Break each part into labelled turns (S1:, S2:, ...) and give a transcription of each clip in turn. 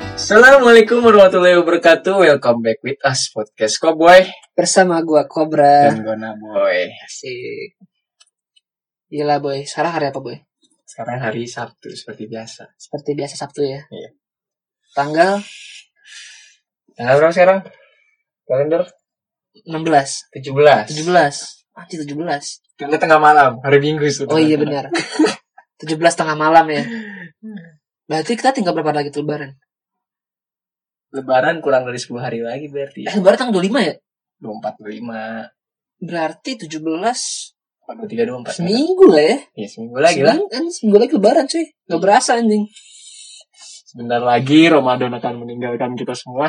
S1: Assalamualaikum warahmatullahi wabarakatuh. Welcome back with us podcast Cowboy
S2: Bersama gua Cobra.
S1: dan Gona Boy.
S2: Asik. Gila boy, sekarang hari apa boy?
S1: Sekarang hari Sabtu seperti biasa.
S2: Seperti biasa Sabtu ya.
S1: Iya.
S2: Tanggal
S1: Tanggal berapa sekarang? Kalender
S2: 16,
S1: 17.
S2: 17. Anjir 17.
S1: Tanggal tengah malam, hari Minggu
S2: Oh iya benar. 17 tengah malam ya. Berarti kita tinggal berapa lagi tuh lebaran?
S1: Lebaran kurang dari 10 hari lagi berarti.
S2: Eh, lebaran tanggal 25 ya?
S1: 24 25.
S2: Berarti 17
S1: Waduh, 3 24.
S2: seminggu lah ya.
S1: Ya, seminggu lagi lah.
S2: Seminggu, kan, seminggu lagi lebaran cuy. Gak berasa anjing.
S1: Sebentar lagi Ramadan akan meninggalkan kita semua.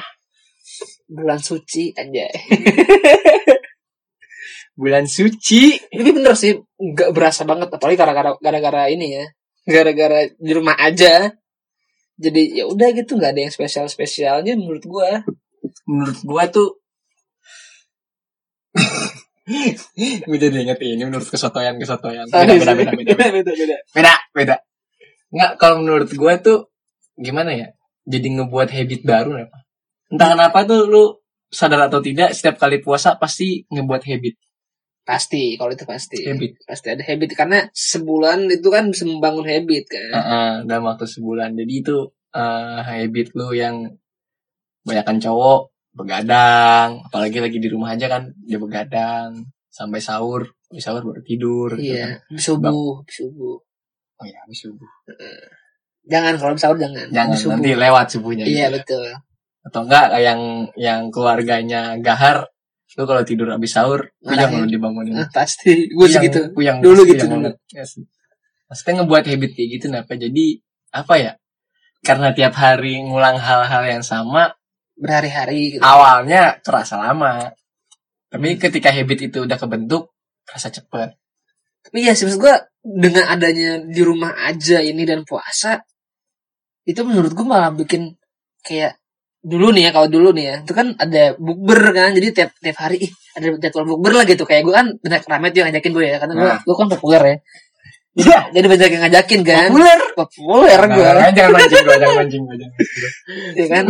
S2: Bulan suci anjay.
S1: Bulan suci.
S2: Tapi bener sih, gak berasa banget. Apalagi gara-gara gara-gara ini ya. Gara-gara di rumah aja. Jadi ya udah gitu nggak ada yang spesial-spesialnya menurut gua.
S1: Menurut gua tuh gue jadi inget ini menurut kesotoyan-kesotoyan. Beda, beda, beda, beda, beda.
S2: beda, beda.
S1: Oh, iya. beda beda nggak kalau menurut gue tuh gimana ya jadi ngebuat habit baru apa entah kenapa tuh lu sadar atau tidak setiap kali puasa pasti ngebuat habit
S2: Pasti, kalau itu pasti.
S1: habit
S2: Pasti ada habit karena sebulan itu kan bisa membangun habit kan.
S1: Heeh, eh, dalam waktu sebulan jadi itu eh, habit lu yang banyakkan cowok begadang apalagi lagi di rumah aja kan dia begadang sampai sahur habis sahur baru tidur gitu kan.
S2: Iya, subuh, subuh.
S1: oh ya habis subuh
S2: Jangan kalau sahur jangan.
S1: jangan
S2: subuh.
S1: nanti lewat subuhnya
S2: Iya
S1: gitu.
S2: betul.
S1: atau enggak kayak yang yang keluarganya gahar lu kalau tidur abis sahur puyeng
S2: Marahin.
S1: lu dibangunin
S2: Nah, pasti. Gue sih
S1: Puyeng-
S2: gitu.
S1: puyeng
S2: Dulu
S1: puyeng
S2: gitu,
S1: banget. Yes. maksudnya ngebuat habit kayak gitu kenapa jadi apa ya karena tiap hari ngulang hal-hal yang sama
S2: Berhari-hari. Gitu.
S1: awalnya terasa lama tapi ketika habit itu udah kebentuk terasa cepet
S2: Tapi ya sih maksud gue dengan adanya di rumah aja ini dan puasa itu menurut gue malah bikin kayak dulu nih ya kalau dulu nih ya itu kan ada bukber kan jadi tiap tiap hari ih ada jadwal bukber lah gitu kayak gue kan banyak rame tuh yang ngajakin gue ya karena gue
S1: Nah.
S2: gue kan populer ya
S1: Iya.
S2: jadi banyak yang ngajakin kan
S1: Populer.
S2: populer gue
S1: Nah, jangan mancing gua jangan mancing gua jangan mancing gua.
S2: ya kan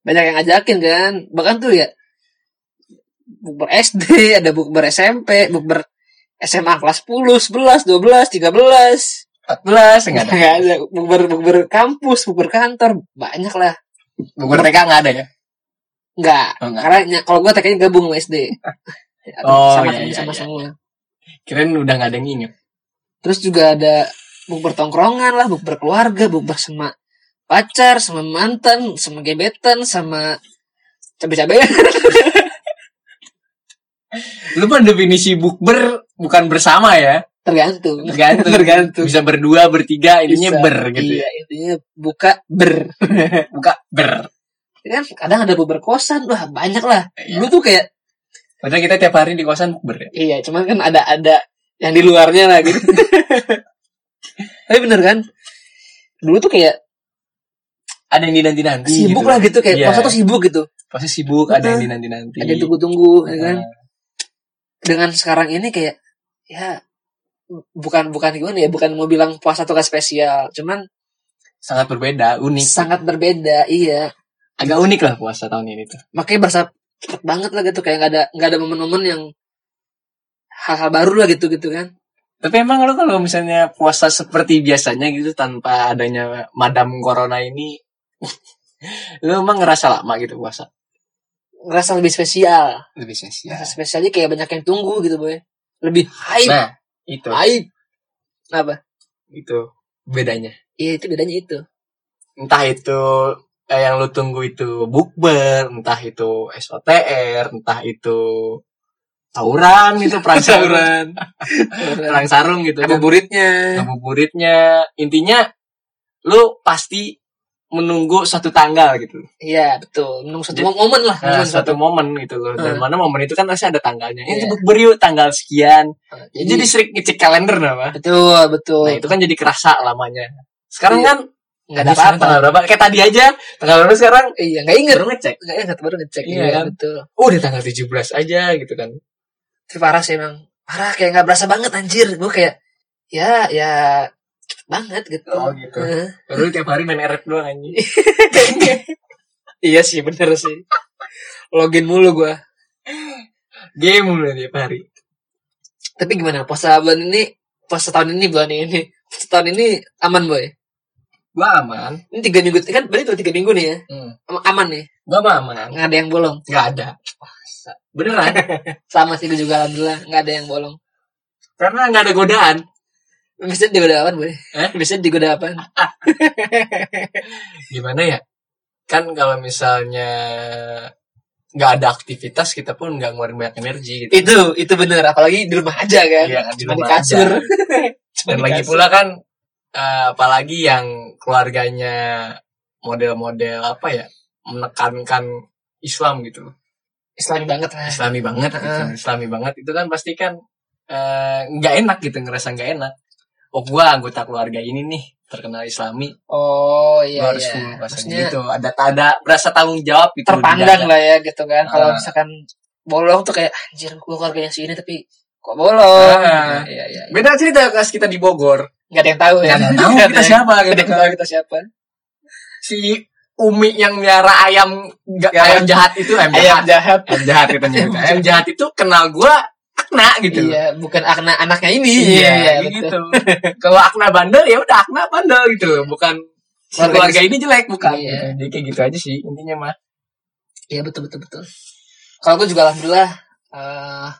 S2: banyak yang ngajakin kan bahkan tuh ya bukber SD ada bukber SMP bukber SMA kelas 10 11 12 13
S1: 14 enggak ada
S2: Nggak ada. Bukber bukber kampus, bukber kantor, banyak lah.
S1: Bogor TK enggak ada ya
S2: Enggak.
S1: Oh, enggak.
S2: Karena ny- kalau gue TK gabung sama SD.
S1: Oh,
S2: sama
S1: iya,
S2: temen
S1: iya,
S2: sama
S1: iya.
S2: semua.
S1: kirain udah enggak ada yang inget
S2: Terus juga ada bukber tongkrongan lah, bukber keluarga, bukber sama pacar, sama mantan, sama gebetan, sama cabe-cabean.
S1: lu mah definisi bukber bukan bersama ya
S2: Tergantung.
S1: Tergantung.
S2: Tergantung.
S1: Bisa berdua, bertiga, intinya
S2: Bisa.
S1: ber gitu ya.
S2: Iya, intinya buka ber.
S1: Buka ber.
S2: Ya kan kadang ada bukber kosan, wah banyak lah.
S1: Iya.
S2: Dulu tuh kayak
S1: Padahal kita tiap hari di kosan ber ya.
S2: iya, cuman kan ada ada yang di luarnya lah gitu. Tapi bener kan? Dulu tuh kayak
S1: Ada yang dinanti-nanti
S2: sibuk
S1: gitu.
S2: lah gitu kayak
S1: Iya.
S2: masa tuh sibuk gitu
S1: Pasti sibuk, ada yang dinanti-nanti.
S2: ada yang tunggu-tunggu ya kan
S1: Nah,
S2: dengan sekarang ini kayak ya bukan bukan gimana ya bukan mau bilang puasa tuh gak spesial cuman
S1: Sangat berbeda, unik.
S2: sangat berbeda iya
S1: Agak unik lah puasa tahun ini tuh.
S2: makanya berasa cepet banget lah gitu kayak nggak ada nggak ada momen-momen yang hal-hal baru lah gitu gitu kan
S1: Tapi emang lu kalau misalnya puasa seperti biasanya gitu tanpa adanya madam corona ini lu emang ngerasa lama gitu puasa
S2: ngerasa lebih spesial
S1: lebih spesial
S2: ngerasa spesialnya kayak banyak yang tunggu gitu boy lebih hype
S1: nah itu
S2: hype apa
S1: itu bedanya
S2: iya itu bedanya itu
S1: entah itu eh, yang lu tunggu itu bukber, entah itu SOTR, entah itu tawuran gitu, perang sarung, perang sarung gitu,
S2: ada buritnya
S1: ngabuburitnya. Intinya lu pasti menunggu suatu tanggal gitu.
S2: Iya betul. Menunggu satu
S1: Jadi-
S2: mom- momen lah.
S1: Nah,
S2: momen
S1: suatu momen gitu loh. Dan
S2: Hmm.
S1: mana momen itu kan pasti ada tanggalnya. Ini
S2: Iya.
S1: bukber yuk tanggal sekian.
S2: Jadi,
S1: Jadi sering ngecek kalender nama.
S2: betul betul.
S1: Nah, itu kan jadi kerasa lamanya. Sekarang
S2: Iya.
S1: kan
S2: nggak
S1: ada
S2: ada apa-apa.
S1: tanggal berapa? Kayak tadi aja tanggal berapa sekarang?
S2: Iya nggak inget.
S1: Baru ngecek.
S2: Nggak inget baru ngecek.
S1: Iya, kan?
S2: betul.
S1: Oh, udah tanggal 17 aja gitu kan.
S2: Tapi parah sih emang. Parah kayak nggak berasa banget anjir. Gue kayak ya ya cepet banget gitu.
S1: Oh, gitu.
S2: Heeh.
S1: Baru tiap hari main RF doang anjing.
S2: iya sih bener sih login mulu gua
S1: Game mulu tiap hari.
S2: tapi gimana puasa bulan ini puasa tahun ini bulan ini puasa tahun ini aman boy
S1: Gua aman.
S2: ini tiga minggu kan berarti udah tiga minggu nih ya
S1: Hmm.
S2: Am- aman nih
S1: Gua mah aman.
S2: nggak ada yang bolong
S1: Gak ada. Masa? Beneran.
S2: sama sih gue juga alhamdulillah nggak ada yang bolong
S1: Karena gak ada godaan.
S2: biasanya digoda apaan boy
S1: Eh?
S2: biasanya digoda apaan
S1: Gimana ya? Kan kalau misalnya nggak ada aktivitas kita pun nggak ngeluarin banyak energi gitu.
S2: itu itu bener apalagi di rumah aja kan
S1: Iya, kan, di
S2: cuma di
S1: rumah
S2: kasur
S1: aja.
S2: Cuma
S1: Dan
S2: di
S1: lagi
S2: kasur.
S1: pula kan eh, apalagi yang keluarganya model-model apa ya menekankan Islam gitu.
S2: islami banget lah
S1: Islami banget gitu.
S2: Heeh.
S1: Islami banget itu kan pasti kan eh, nggak enak gitu ngerasa nggak enak. Oh gua anggota keluarga ini nih terkenal Islami, gua
S2: oh iya
S1: harus
S2: iya
S1: puasa
S2: maksudnya
S1: gitu. Ada ada berasa tanggung jawab gitu.
S2: terpandang lah ya gitu kan kalau
S1: Ah.
S2: misalkan bolong tuh kayak anjir gue keluarganya si ini tapi kok bolong
S1: Ah.
S2: iya iya iya.
S1: Beda cerita pas kita di Bogor.
S2: nggak ada yang tahu ya
S1: Nggak ada yang tahu
S2: Nggak
S1: kita
S2: ada
S1: siapa,
S2: nggak ada
S1: gitu
S2: yang tahu kita siapa
S1: Si Umi yang miara ayam nggak-
S2: Jahat.
S1: ayam jahat itu ayam
S2: ayam
S1: jahat.
S2: jahat
S1: Iya. Ayam jahat kita nyebutnya. Ayam jahat itu kenal gua kena gitu. Iya,
S2: iya bukan akna anaknya ini Iya,
S1: kayak gitu. Kalau Akna bandel ya udah Akna bandel gitu, bukan si
S2: Keluarga
S1: keluarga ini jelek bukan.
S2: Iya.
S1: gitu. Jadi kayak gitu aja sih intinya mah.
S2: Iya betul betul betul. Kalau gue juga alhamdulillah eh,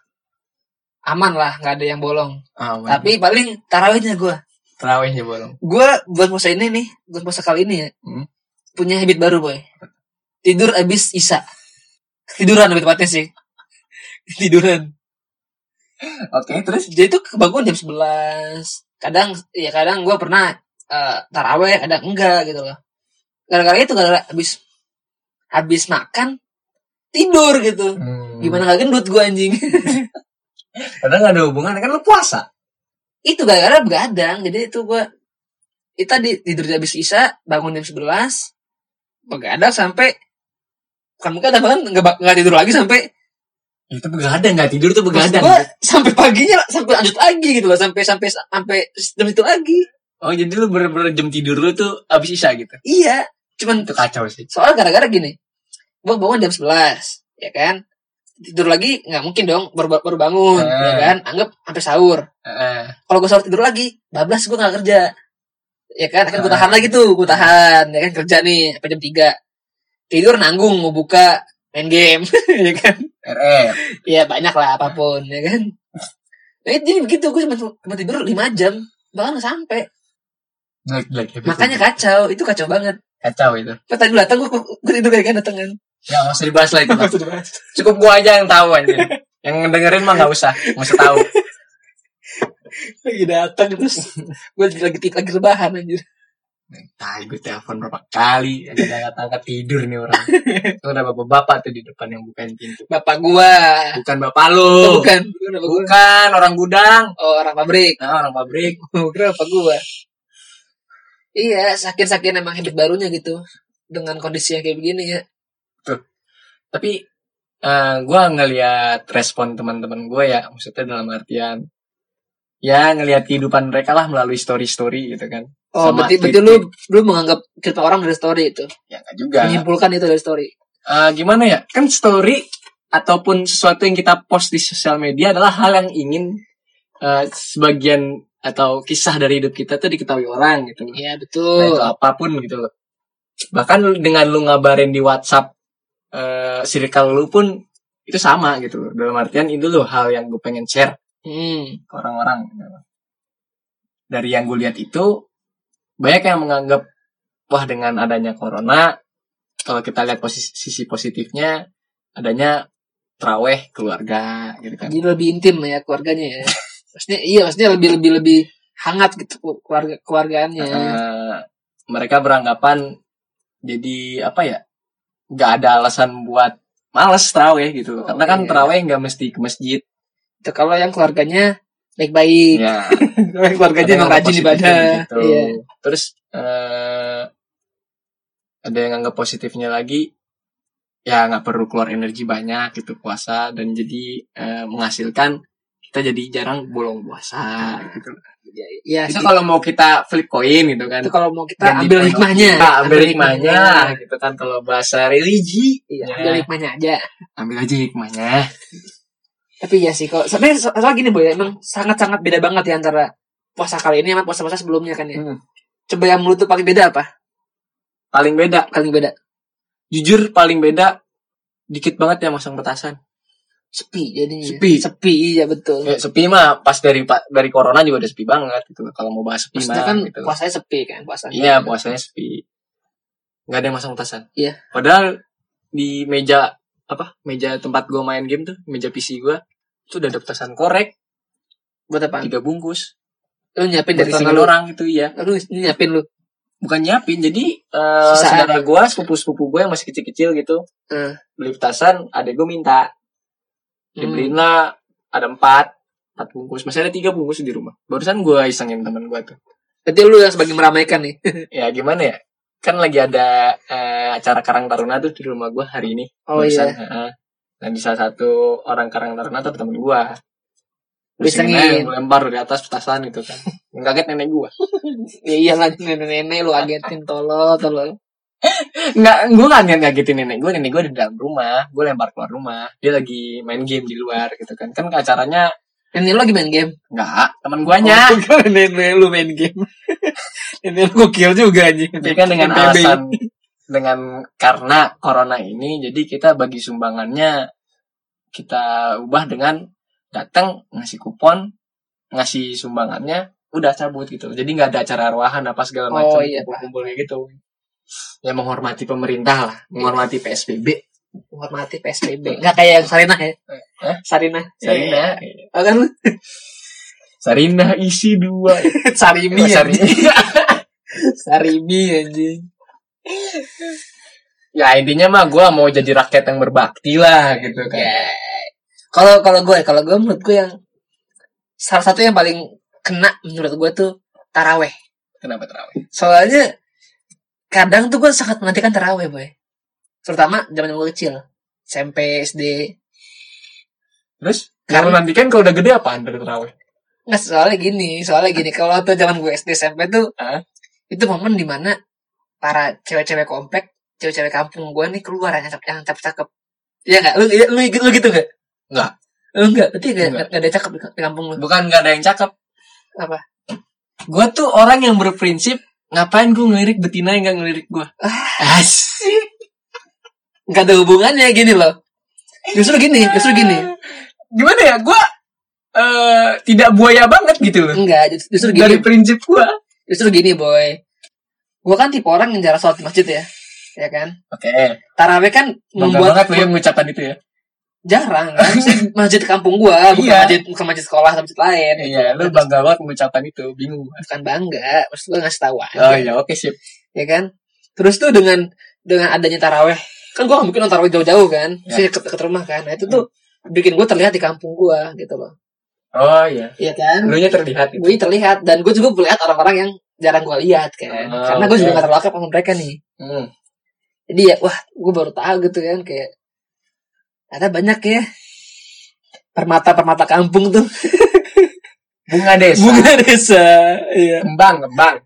S2: aman lah, nggak ada yang bolong.
S1: Tapi
S2: Tapi paling tarawihnya gue.
S1: terawihnya bolong.
S2: Gue buat puasa ini nih, buat puasa kali ini ya,
S1: Hmm.
S2: punya habit baru boy. Tidur abis isya. Tiduran lebih tepatnya sih. Tiduran.
S1: Oke, terus
S2: Jadi tuh kebangun jam 11 Kadang ya kadang gue pernah eh, taraweh, kadang enggak gitu loh. Gara-gara itu gara-gara abis habis makan tidur gitu.
S1: Hmm.
S2: Gimana gak gendut gue anjing?
S1: Padahal gak ada hubungan kan lu puasa.
S2: itu gara-gara begadang jadi itu gua itu tadi tidur habis isya bangun jam 11 begadang sampai bukan begadang bahkan nggak bak- nggak tidur lagi sampai
S1: Itu Ya, begadang nggak tidur tuh
S2: maksud
S1: begadang.
S2: gua, sampai paginya sampai lanjut lagi gitu loh sampai sampai sampai sistem itu lagi
S1: Oh, jadi lu bener-bener jam tidur lu tuh abis isya gitu.
S2: iya cuman
S1: Itu kacau sih.
S2: soal gara-gara gini gua bangun jam 11 ya kan tidur lagi nggak mungkin dong baru, baru bangun
S1: Eh.
S2: ya kan anggap sampai sahur
S1: Heeh.
S2: kalau gue sahur tidur lagi bablas gue nggak kerja ya kan akan gue tahan
S1: Ah.
S2: lagi tuh gue tahan ya kan kerja nih sampai jam 3 tidur nanggung mau buka main game ya kan
S1: RR.
S2: ya banyak lah apapun ya kan Nah, itu jadi begitu gue cuma, cuma tidur 5 jam bahkan nggak sampai
S1: Jelek-jelek. habis
S2: makanya
S1: itu.
S2: kacau itu kacau banget
S1: gitu. kacau itu.
S2: Pas tadi lu datang gue, gue tidur kayak kan datang kan
S1: Gak usah dibahas lah itu.
S2: Nggak usah dibahas.
S1: Cukup gua aja yang tahu anjir. yang ngedengerin mah nggak usah, nggak usah tahu.
S2: lagi datang terus gue lagi lagi rebahan anjir
S1: Tai gue telepon berapa kali ada yang angkat angkat tidur nih orang. Itu ada bapak bapak tuh di depan yang bukain pintu.
S2: bapak gua
S1: Bukan bapak lu.
S2: oh, bukan bukan bapak gua
S1: Bukan, orang gudang.
S2: oh orang pabrik
S1: Nah, orang pabrik.
S2: Mau kira apa gua? Iya, sakit-sakit emang habit barunya gitu. Dengan kondisi yang kayak begini ya.
S1: Tapi eh gue ngelihat respon teman-teman gue ya, maksudnya dalam artian ya ngelihat kehidupan mereka lah melalui story story gitu kan.
S2: Oh,
S1: Sama
S2: berarti, berarti lu, lu menganggap kehidupan orang dari story itu.
S1: Ya nggak juga.
S2: Menyimpulkan itu dari story.
S1: Eh, gimana ya? Kan story ataupun sesuatu yang kita post di sosial media adalah hal yang ingin eh, sebagian atau kisah dari hidup kita tuh diketahui orang gitu.
S2: Iya,
S1: Nah,
S2: betul.
S1: itu apapun gitu loh. Bahkan dengan lu ngabarin di WhatsApp eh circle lu pun itu sama gitu loh. Dalam artian itu loh hal yang gue pengen share
S2: Hmm.
S1: ke orang-orang. gitu loh. Dari yang gue lihat itu banyak yang menganggap wah dengan adanya corona kalau kita lihat posisi sisi positifnya adanya traweh keluarga gitu kan.
S2: Jadi lebih intim ya keluarganya ya. Maksudnya iya, maksudnya lebih lebih lebih hangat gitu keluarga keluargaannya.
S1: Eh, mereka beranggapan jadi apa ya nggak ada alasan buat males terawih gitu
S2: Oh,
S1: karena kan
S2: iya.
S1: terawih nggak mesti ke masjid
S2: Itu Gitu. kalau yang keluarganya baik-baik,
S1: ya
S2: Kalau Iya. yang keluarganya
S1: ada yang
S2: emang rajin
S1: positifin
S2: ibadah.
S1: gitu.
S2: Iya.
S1: terus eh ada yang nganggap positifnya lagi ya nggak perlu keluar energi banyak gitu puasa dan jadi eh, menghasilkan kita jadi jarang bolong puasa gitu.
S2: Ya, ya
S1: Itu
S2: gitu.
S1: kalau mau kita flip coin gitu kan.
S2: itu kalau mau kita
S1: Dan di
S2: ambil
S1: pondok
S2: hikmahnya.
S1: Kita ambil hikmahnya gitu kan kalau bahasa religi.
S2: Iya,
S1: Ya,
S2: ambil hikmahnya aja.
S1: ambil aja hikmahnya.
S2: Tapi ya sih kalau sebenarnya so- soal gini boy, emang sangat-sangat beda banget ya antara puasa kali ini sama puasa-puasa sebelumnya kan ya.
S1: Hmm.
S2: Coba yang menurut tuh paling beda apa?
S1: Paling beda,
S2: Paling beda
S1: jujur paling beda dikit banget ya masang petasan.
S2: sepi jadinya.
S1: Sepi.
S2: Sepi iya betul.
S1: Ya, sepi mah pas dari pa- dari corona juga udah sepi banget gitu. Kalau mau bahas sepi
S2: Maksudnya
S1: mah
S2: kan
S1: gitu.
S2: puasanya sepi kan puasanya.
S1: Iya, puasanya sepi. Nggak ada yang masang petasan.
S2: Iya.
S1: Padahal di meja apa? Meja tempat gua main game tuh, meja PC gua itu udah ada petasan korek
S2: Buat apa?
S1: tiga bungkus Iya.
S2: Lu nyiapin Iya, dari
S1: dari
S2: sini
S1: tangan
S2: lu.
S1: orang gitu ya
S2: Lu nyiapin lu.
S1: bukan nyiapin jadi eh
S2: Sisaan.
S1: saudara gue sepupu sepupu gue yang masih kecil kecil gitu
S2: Hmm.
S1: beli petasan adek gue minta dibeliin
S2: Hmm.
S1: lah ada empat empat bungkus masih ada tiga bungkus di rumah barusan gue isengin temen gue tuh
S2: Berarti lu yang sebagai meramaikan nih.
S1: ya gimana ya kan lagi ada eh, acara Karang Taruna tuh di rumah gue hari ini
S2: Oh
S1: barusan,
S2: iya.
S1: heeh. dan di salah satu orang Karang Taruna tuh temen gue Terus
S2: Isengin.
S1: ini aja, lempar dari atas petasan gitu kan Yang kaget nenek gue
S2: Ya iyalah nenek-nenek lu agetin tolol tolol.
S1: Nggak, gue nggak niat ngagetin nenek gue, nenek gue di dalam rumah, gue lempar keluar rumah, dia lagi main game di luar gitu kan, kan acaranya
S2: Nenek lu lagi main game.
S1: nggak, teman guanya,
S2: Oh, gua kira nenek lu main game. nenek lu gokil juga anjing.
S1: jadi kan dengan
S2: MPB.
S1: alasan dengan karena corona ini, jadi kita bagi sumbangannya kita ubah dengan datang ngasih kupon, ngasih sumbangannya, udah cabut gitu, jadi nggak ada acara arwahan apa segala macam,
S2: Oh, iya,
S1: kumpul gitu, ya menghormati pemerintah lah, menghormati PSBB,
S2: menghormati PSBB. Enggak kayak yang Sarinah ya.
S1: Hah?
S2: Sarinah.
S1: Sarina,
S2: Oh, kan lu
S1: Sarina isi dua. Eh,
S2: Sarimi ya.
S1: sorry.
S2: Sarimi anjing.
S1: ya intinya mah gue mau jadi rakyat yang berbakti lah gitu kan.
S2: Ya. Kalau kalau gue, kalau gue menurut gue yang salah satu yang paling kena menurut gue tuh taraweh.
S1: Kenapa terawih?
S2: Soalnya kadang tuh gue sangat menantikan taraweh, boy. Terutama zaman gue kecil, SMP, SD.
S1: Terus
S2: Karena-
S1: kalau nanti kan kalau udah gede apaan dari terawih?
S2: Nggak, soalnya gini, soalnya gini. Kalau tuh zaman gue SD SMP tuh,
S1: Hah?
S2: itu momen dimana para cewek-cewek komplek, cewek-cewek kampung gue nih keluar yang cakep, yang cakep-cakep. Iya nggak? Lu, iya- lu, lu gitu nggak?
S1: Nggak.
S2: Lu nggak? Berarti nggak
S1: Nggak.
S2: nggak ada cakep di di kampung lu?
S1: Bukan nggak ada yang cakep.
S2: Apa?
S1: Gue tuh orang yang berprinsip ngapain gue ngelirik betina yang gak ngelirik gue. Asik.
S2: Nggak ada hubungannya gini loh. Justru gini, justru gini.
S1: Gimana ya? Gue eh tidak buaya banget gitu loh.
S2: Enggak, just- justru gini.
S1: Dari prinsip gue.
S2: Justru gini, boy. Gue kan tipe orang yang jarang sholat di masjid ya. Ya kan?
S1: Oke.
S2: Taraweh kan
S1: Bangga
S2: membuat
S1: banget lo yang mengucapkan itu ya.
S2: jarang kan? Maksudnya masjid kampung gua, bukan
S1: Iya.
S2: masjid bukan masjid sekolah, atau masjid lain.
S1: Iya, lu bangga banget mengucapkan itu. Bingung. gua.
S2: bukan bangga maksud gue ngasih tahu aja
S1: Oh iya, oke sip.
S2: ya kan terus tuh dengan dengan adanya taraweh kan gue nggak mungkin nonton taraweh jauh-jauh kan
S1: Ya.
S2: saya ke deket rumah kan nah itu tuh
S1: Hmm.
S2: bikin gue terlihat di kampung gue gitu loh
S1: Oh iya.
S2: Iya kan
S1: Lunya terlihat gitu.
S2: gue terlihat dan gue juga melihat orang-orang yang jarang gue lihat kan
S1: Oh,
S2: karena gue juga
S1: oke.
S2: gak terlalu akrab sama mereka nih
S1: Hmm.
S2: jadi ya wah gue baru tahu gitu kan kayak ada banyak ya permata permata kampung tuh
S1: Bunga desa.
S2: bunga desa iya
S1: Kembang, kembang.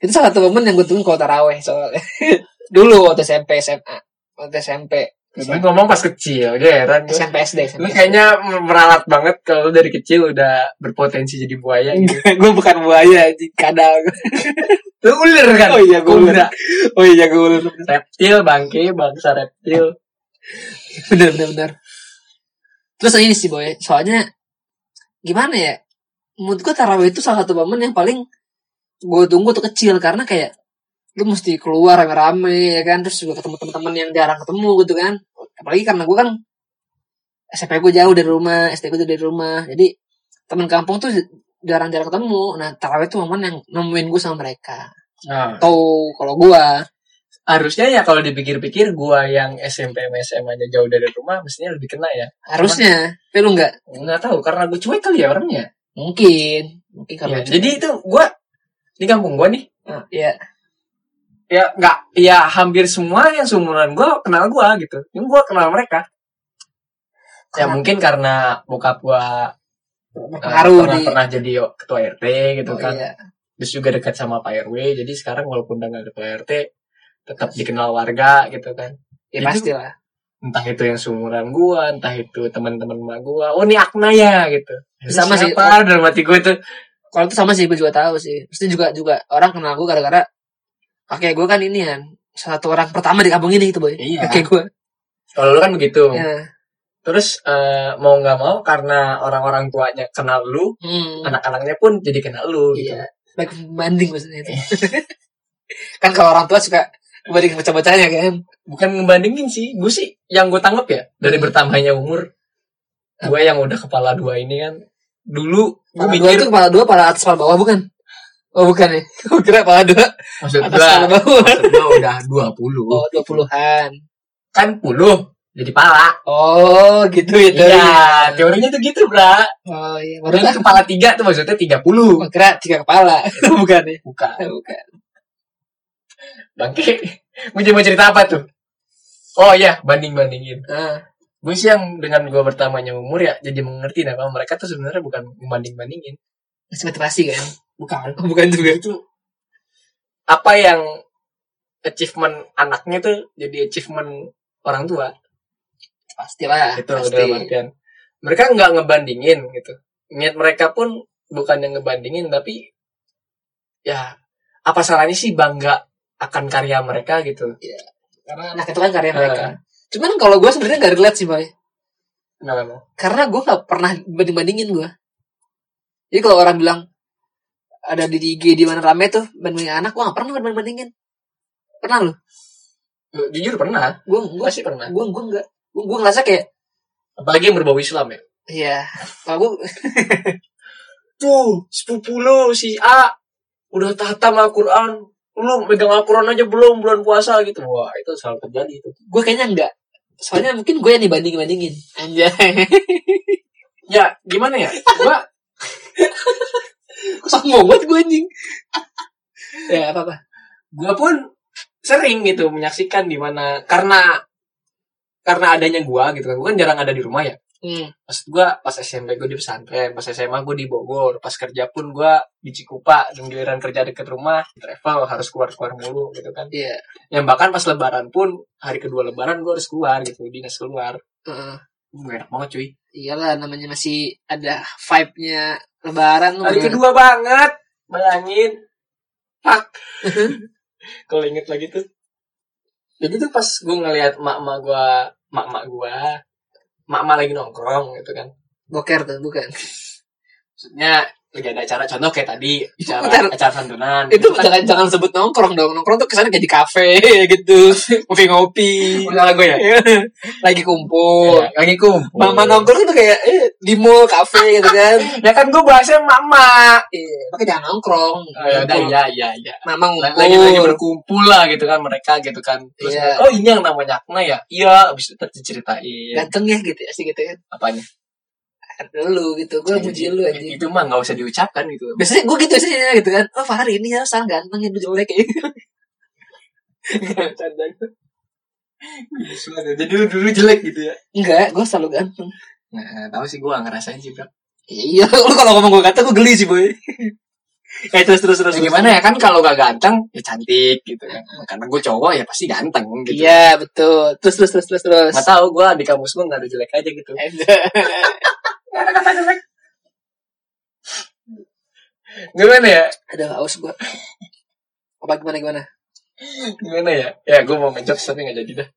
S2: itu salah satu momen yang gue tunggu kalau taraweh soalnya dulu waktu SMP SMA waktu SMP
S1: Lu ngomong pas kecil, geran. gua.
S2: SMP SD
S1: Lu
S2: SMP
S1: kayaknya meralat banget kalau lu dari kecil udah berpotensi jadi buaya gitu.
S2: gue bukan buaya anjing kadal
S1: Lu ulir kan?
S2: oh iya gue
S1: Kobra.
S2: oh iya gue ular
S1: Reptil, bangke, bangsa reptil.
S2: bener bener bener terus ini sih boy soalnya gimana ya menurut gue taraweh itu salah satu momen yang paling gue tunggu tuh kecil karena kayak lu mesti keluar rame-rame ya kan terus juga ketemu teman-teman yang jarang ketemu gitu kan apalagi karena gue kan SMP gue jauh dari rumah SD gue jauh dari rumah jadi teman kampung tuh jarang-jarang ketemu nah taraweh itu momen yang nemuin gue sama mereka
S1: Nah,
S2: Ah. atau kalau gue
S1: harusnya ya kalau dipikir-pikir gua yang SMP sama SMA nya jauh dari rumah mestinya lebih kena ya.
S2: harusnya tapi lu nggak
S1: Nggak tahu karena gue cuek kali ya orangnya.
S2: mungkin mungkin karena
S1: Ya, jadi itu gua di kampung gua nih
S2: Ah, ya
S1: ya nggak ya hampir semua yang seumuran gua kenal gua gitu. Yang gua kenal mereka. Ya
S2: Karena-
S1: mungkin karena bokap gua eh,
S2: berpengaruh
S1: pernah,
S2: eh, di
S1: pernah jadi ketua RT gitu
S2: oh,
S1: kan
S2: iya.
S1: terus juga dekat sama Pak RW jadi sekarang walaupun udah nggak ketua RT tetap dikenal warga gitu kan
S2: ya
S1: Itu-
S2: pastilah
S1: entah itu yang seumuran gua entah itu teman-teman emak gua oh ini Akna ya gitu
S2: Sama sih.
S1: siapa dalam hati gue itu
S2: kalau itu sama sih gue juga tahu sih pasti juga juga orang kenal gue gara-gara kakek gue kan ini kan satu orang pertama di kampung ini itu boy
S1: Iya.
S2: kakek gue
S1: kalau lu kan begitu
S2: ya.
S1: terus eh, mau nggak mau karena orang-orang tuanya kenal lu
S2: Hmm.
S1: anak-anaknya pun jadi kenal lu gitu
S2: Iya. Like banding maksudnya itu. kan kalau orang tua suka banding bocah-bocahnya kan.
S1: bukan ngebandingin sih gue sih yang gue tanggap ya dari
S2: Hmm.
S1: bertambahnya umur gue yang udah kepala dua ini kan dulu gue
S2: Kepala dua
S1: mikir
S2: itu kepala dua, kepala atas, kepala bawah bukan? Oh bukan ya. Gue kira kepala dua,
S1: maksud gue
S2: atas, kepala bawah.
S1: maksud gue udah dua puluh
S2: Oh dua puluhan.
S1: kan puluh jadi pala
S2: Oh gitu ya
S1: iya teorinya tuh gitu bra
S2: Oh iya. Baru
S1: Jadi
S2: kan?
S1: kepala tiga tuh maksudnya tiga
S2: Gue
S1: puluh
S2: kira tiga kepala. bukan ya.
S1: bukan
S2: Eh, Bukan.
S1: bangke gue jadi mau cerita apa tuh oh iya banding bandingin
S2: Ah,
S1: gue sih yang dengan gue bertambahnya umur ya jadi mengerti nah bahwa mereka tuh sebenarnya bukan membanding bandingin
S2: masih motivasi kan?
S1: bukan
S2: Oh, bukan juga.
S1: itu apa yang achievement anaknya tuh jadi achievement orang tua
S2: Pastilah.
S1: gitu dalam
S2: pasti.
S1: artian mereka nggak ngebandingin gitu niat mereka pun bukan yang ngebandingin tapi ya apa salahnya sih bangga akan karya mereka gitu
S2: Karena anak itu kan
S1: Ah.
S2: karya mereka. Cuman kalau gue sebenarnya gak relate sih boy.
S1: Kenapa emang?
S2: karena gue nggak pernah banding bandingin gue jadi kalau orang bilang ada di IG di mana rame tuh bandingin anak gue nggak pernah banding bandingin pernah lu
S1: Lu jujur pernah
S2: gue gue
S1: pasti pernah
S2: gue gue nggak gue gue ngerasa kayak
S1: apalagi yang berbau Islam ya
S2: iya kalau gue
S1: tuh sepupu lu si A udah tatam Al-Quran lu megang Al-Quran aja belum bulan puasa gitu wah itu selalu terjadi itu
S2: gue kayaknya nggak soalnya mungkin gue yang dibanding bandingin anjay
S1: ya gimana ya gua
S2: sombong banget gue anjing ya apa apa
S1: gue pun sering gitu menyaksikan di mana karena karena adanya gua gitu kan gue kan jarang ada di rumah ya
S2: hmm.
S1: pas gue pas SMP gue di pesantren pas SMA gue di Bogor pas kerja pun gua di Cikupa dan giliran kerja deket rumah travel harus keluar keluar mulu gitu kan
S2: iya
S1: yang bahkan pas Lebaran pun hari kedua Lebaran gue harus keluar gitu dinas keluar
S2: Heeh.
S1: Gua enak banget cuy
S2: iyalah namanya masih ada vibe nya lebaran lu
S1: hari
S2: bener.
S1: kedua banget bayangin fuck kalau inget lagi tuh jadi tuh pas gue ngelihat mak-mak gue mak-mak gue mak-mak lagi nongkrong gitu kan
S2: boker tuh bukan
S1: maksudnya lagi ada acara contoh kayak tadi acara
S2: Bentar.
S1: acara santunan
S2: itu
S1: gitu kan
S2: jangan jangan sebut nongkrong dong nongkrong tuh kesannya kayak di kafe gitu ngopi ngopi
S1: udah lagu ya
S2: lagi kumpul
S1: Iya, lagi kumpul
S2: mama nongkrong tuh kayak eh, di mall kafe gitu kan
S1: ya kan gue bahasnya mak-mak
S2: Iya, makanya jangan nongkrong
S1: oh, ya udah iya iya iya
S2: mama ngumpul
S1: lagi lagi berkumpul lah gitu kan mereka gitu kan terus
S2: Iya.
S1: oh ini yang namanya Akna ya iya abis itu ntar diceritain
S2: ganteng ya gitu ya sih gitu kan
S1: apanya
S2: Ada lu gitu
S1: Iya,
S2: gue puji lu aja
S1: itu mah nggak usah diucapkan gitu
S2: biasanya gue gitu sih gitu kan oh Fahri ini ya sekarang ganteng ya lu jelek kayak gitu
S1: Bercanda. jadi lu dulu jelek gitu ya
S2: enggak gue selalu ganteng
S1: nah tahu sih gue ngerasain sih bro
S2: iya lu kalau ngomong gue ganteng gue geli sih boy Eh terus terus terus
S1: Nah, gimana ya kan kalau gak ganteng ya cantik gitu kan karena gue cowok ya pasti ganteng gitu
S2: Iya betul. Terus terus terus terus terus.
S1: nggak tahu gue di kampus gue nggak ada jelek aja gitu gimana ya
S2: Ada haus gua. Apa gimana gimana?
S1: gimana ya ya gue mau ngejok tapi nggak jadi dah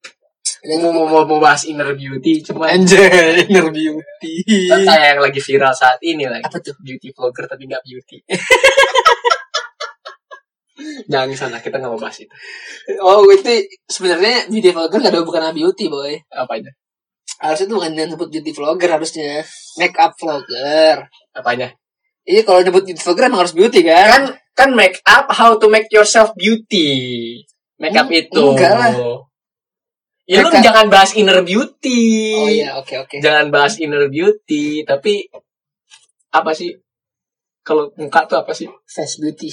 S2: Ada
S1: mau mau, mau, mau bahas inner beauty cuma
S2: Anjay, inner beauty.
S1: kayak yang lagi viral saat ini lagi
S2: Apa tuh?
S1: beauty vlogger tapi nggak beauty jangan di sana kita nggak mau bahas itu
S2: Oh, itu sebenarnya beauty vlogger gak ada bukan sama beauty, boy.
S1: apanya
S2: Harusnya itu bukan yang sebut beauty vlogger harusnya. Make up vlogger.
S1: apanya
S2: Iya, kalau nyebut beauty vlogger emang harus beauty kan?
S1: kan kan make up how to make yourself beauty make up
S2: Hmm,
S1: itu
S2: enggak lah.
S1: ya lu
S2: Make up.
S1: jangan bahas inner beauty
S2: Oh iya, oke oke.
S1: jangan bahas inner beauty tapi apa sih kalau muka tuh apa sih
S2: Face beauty.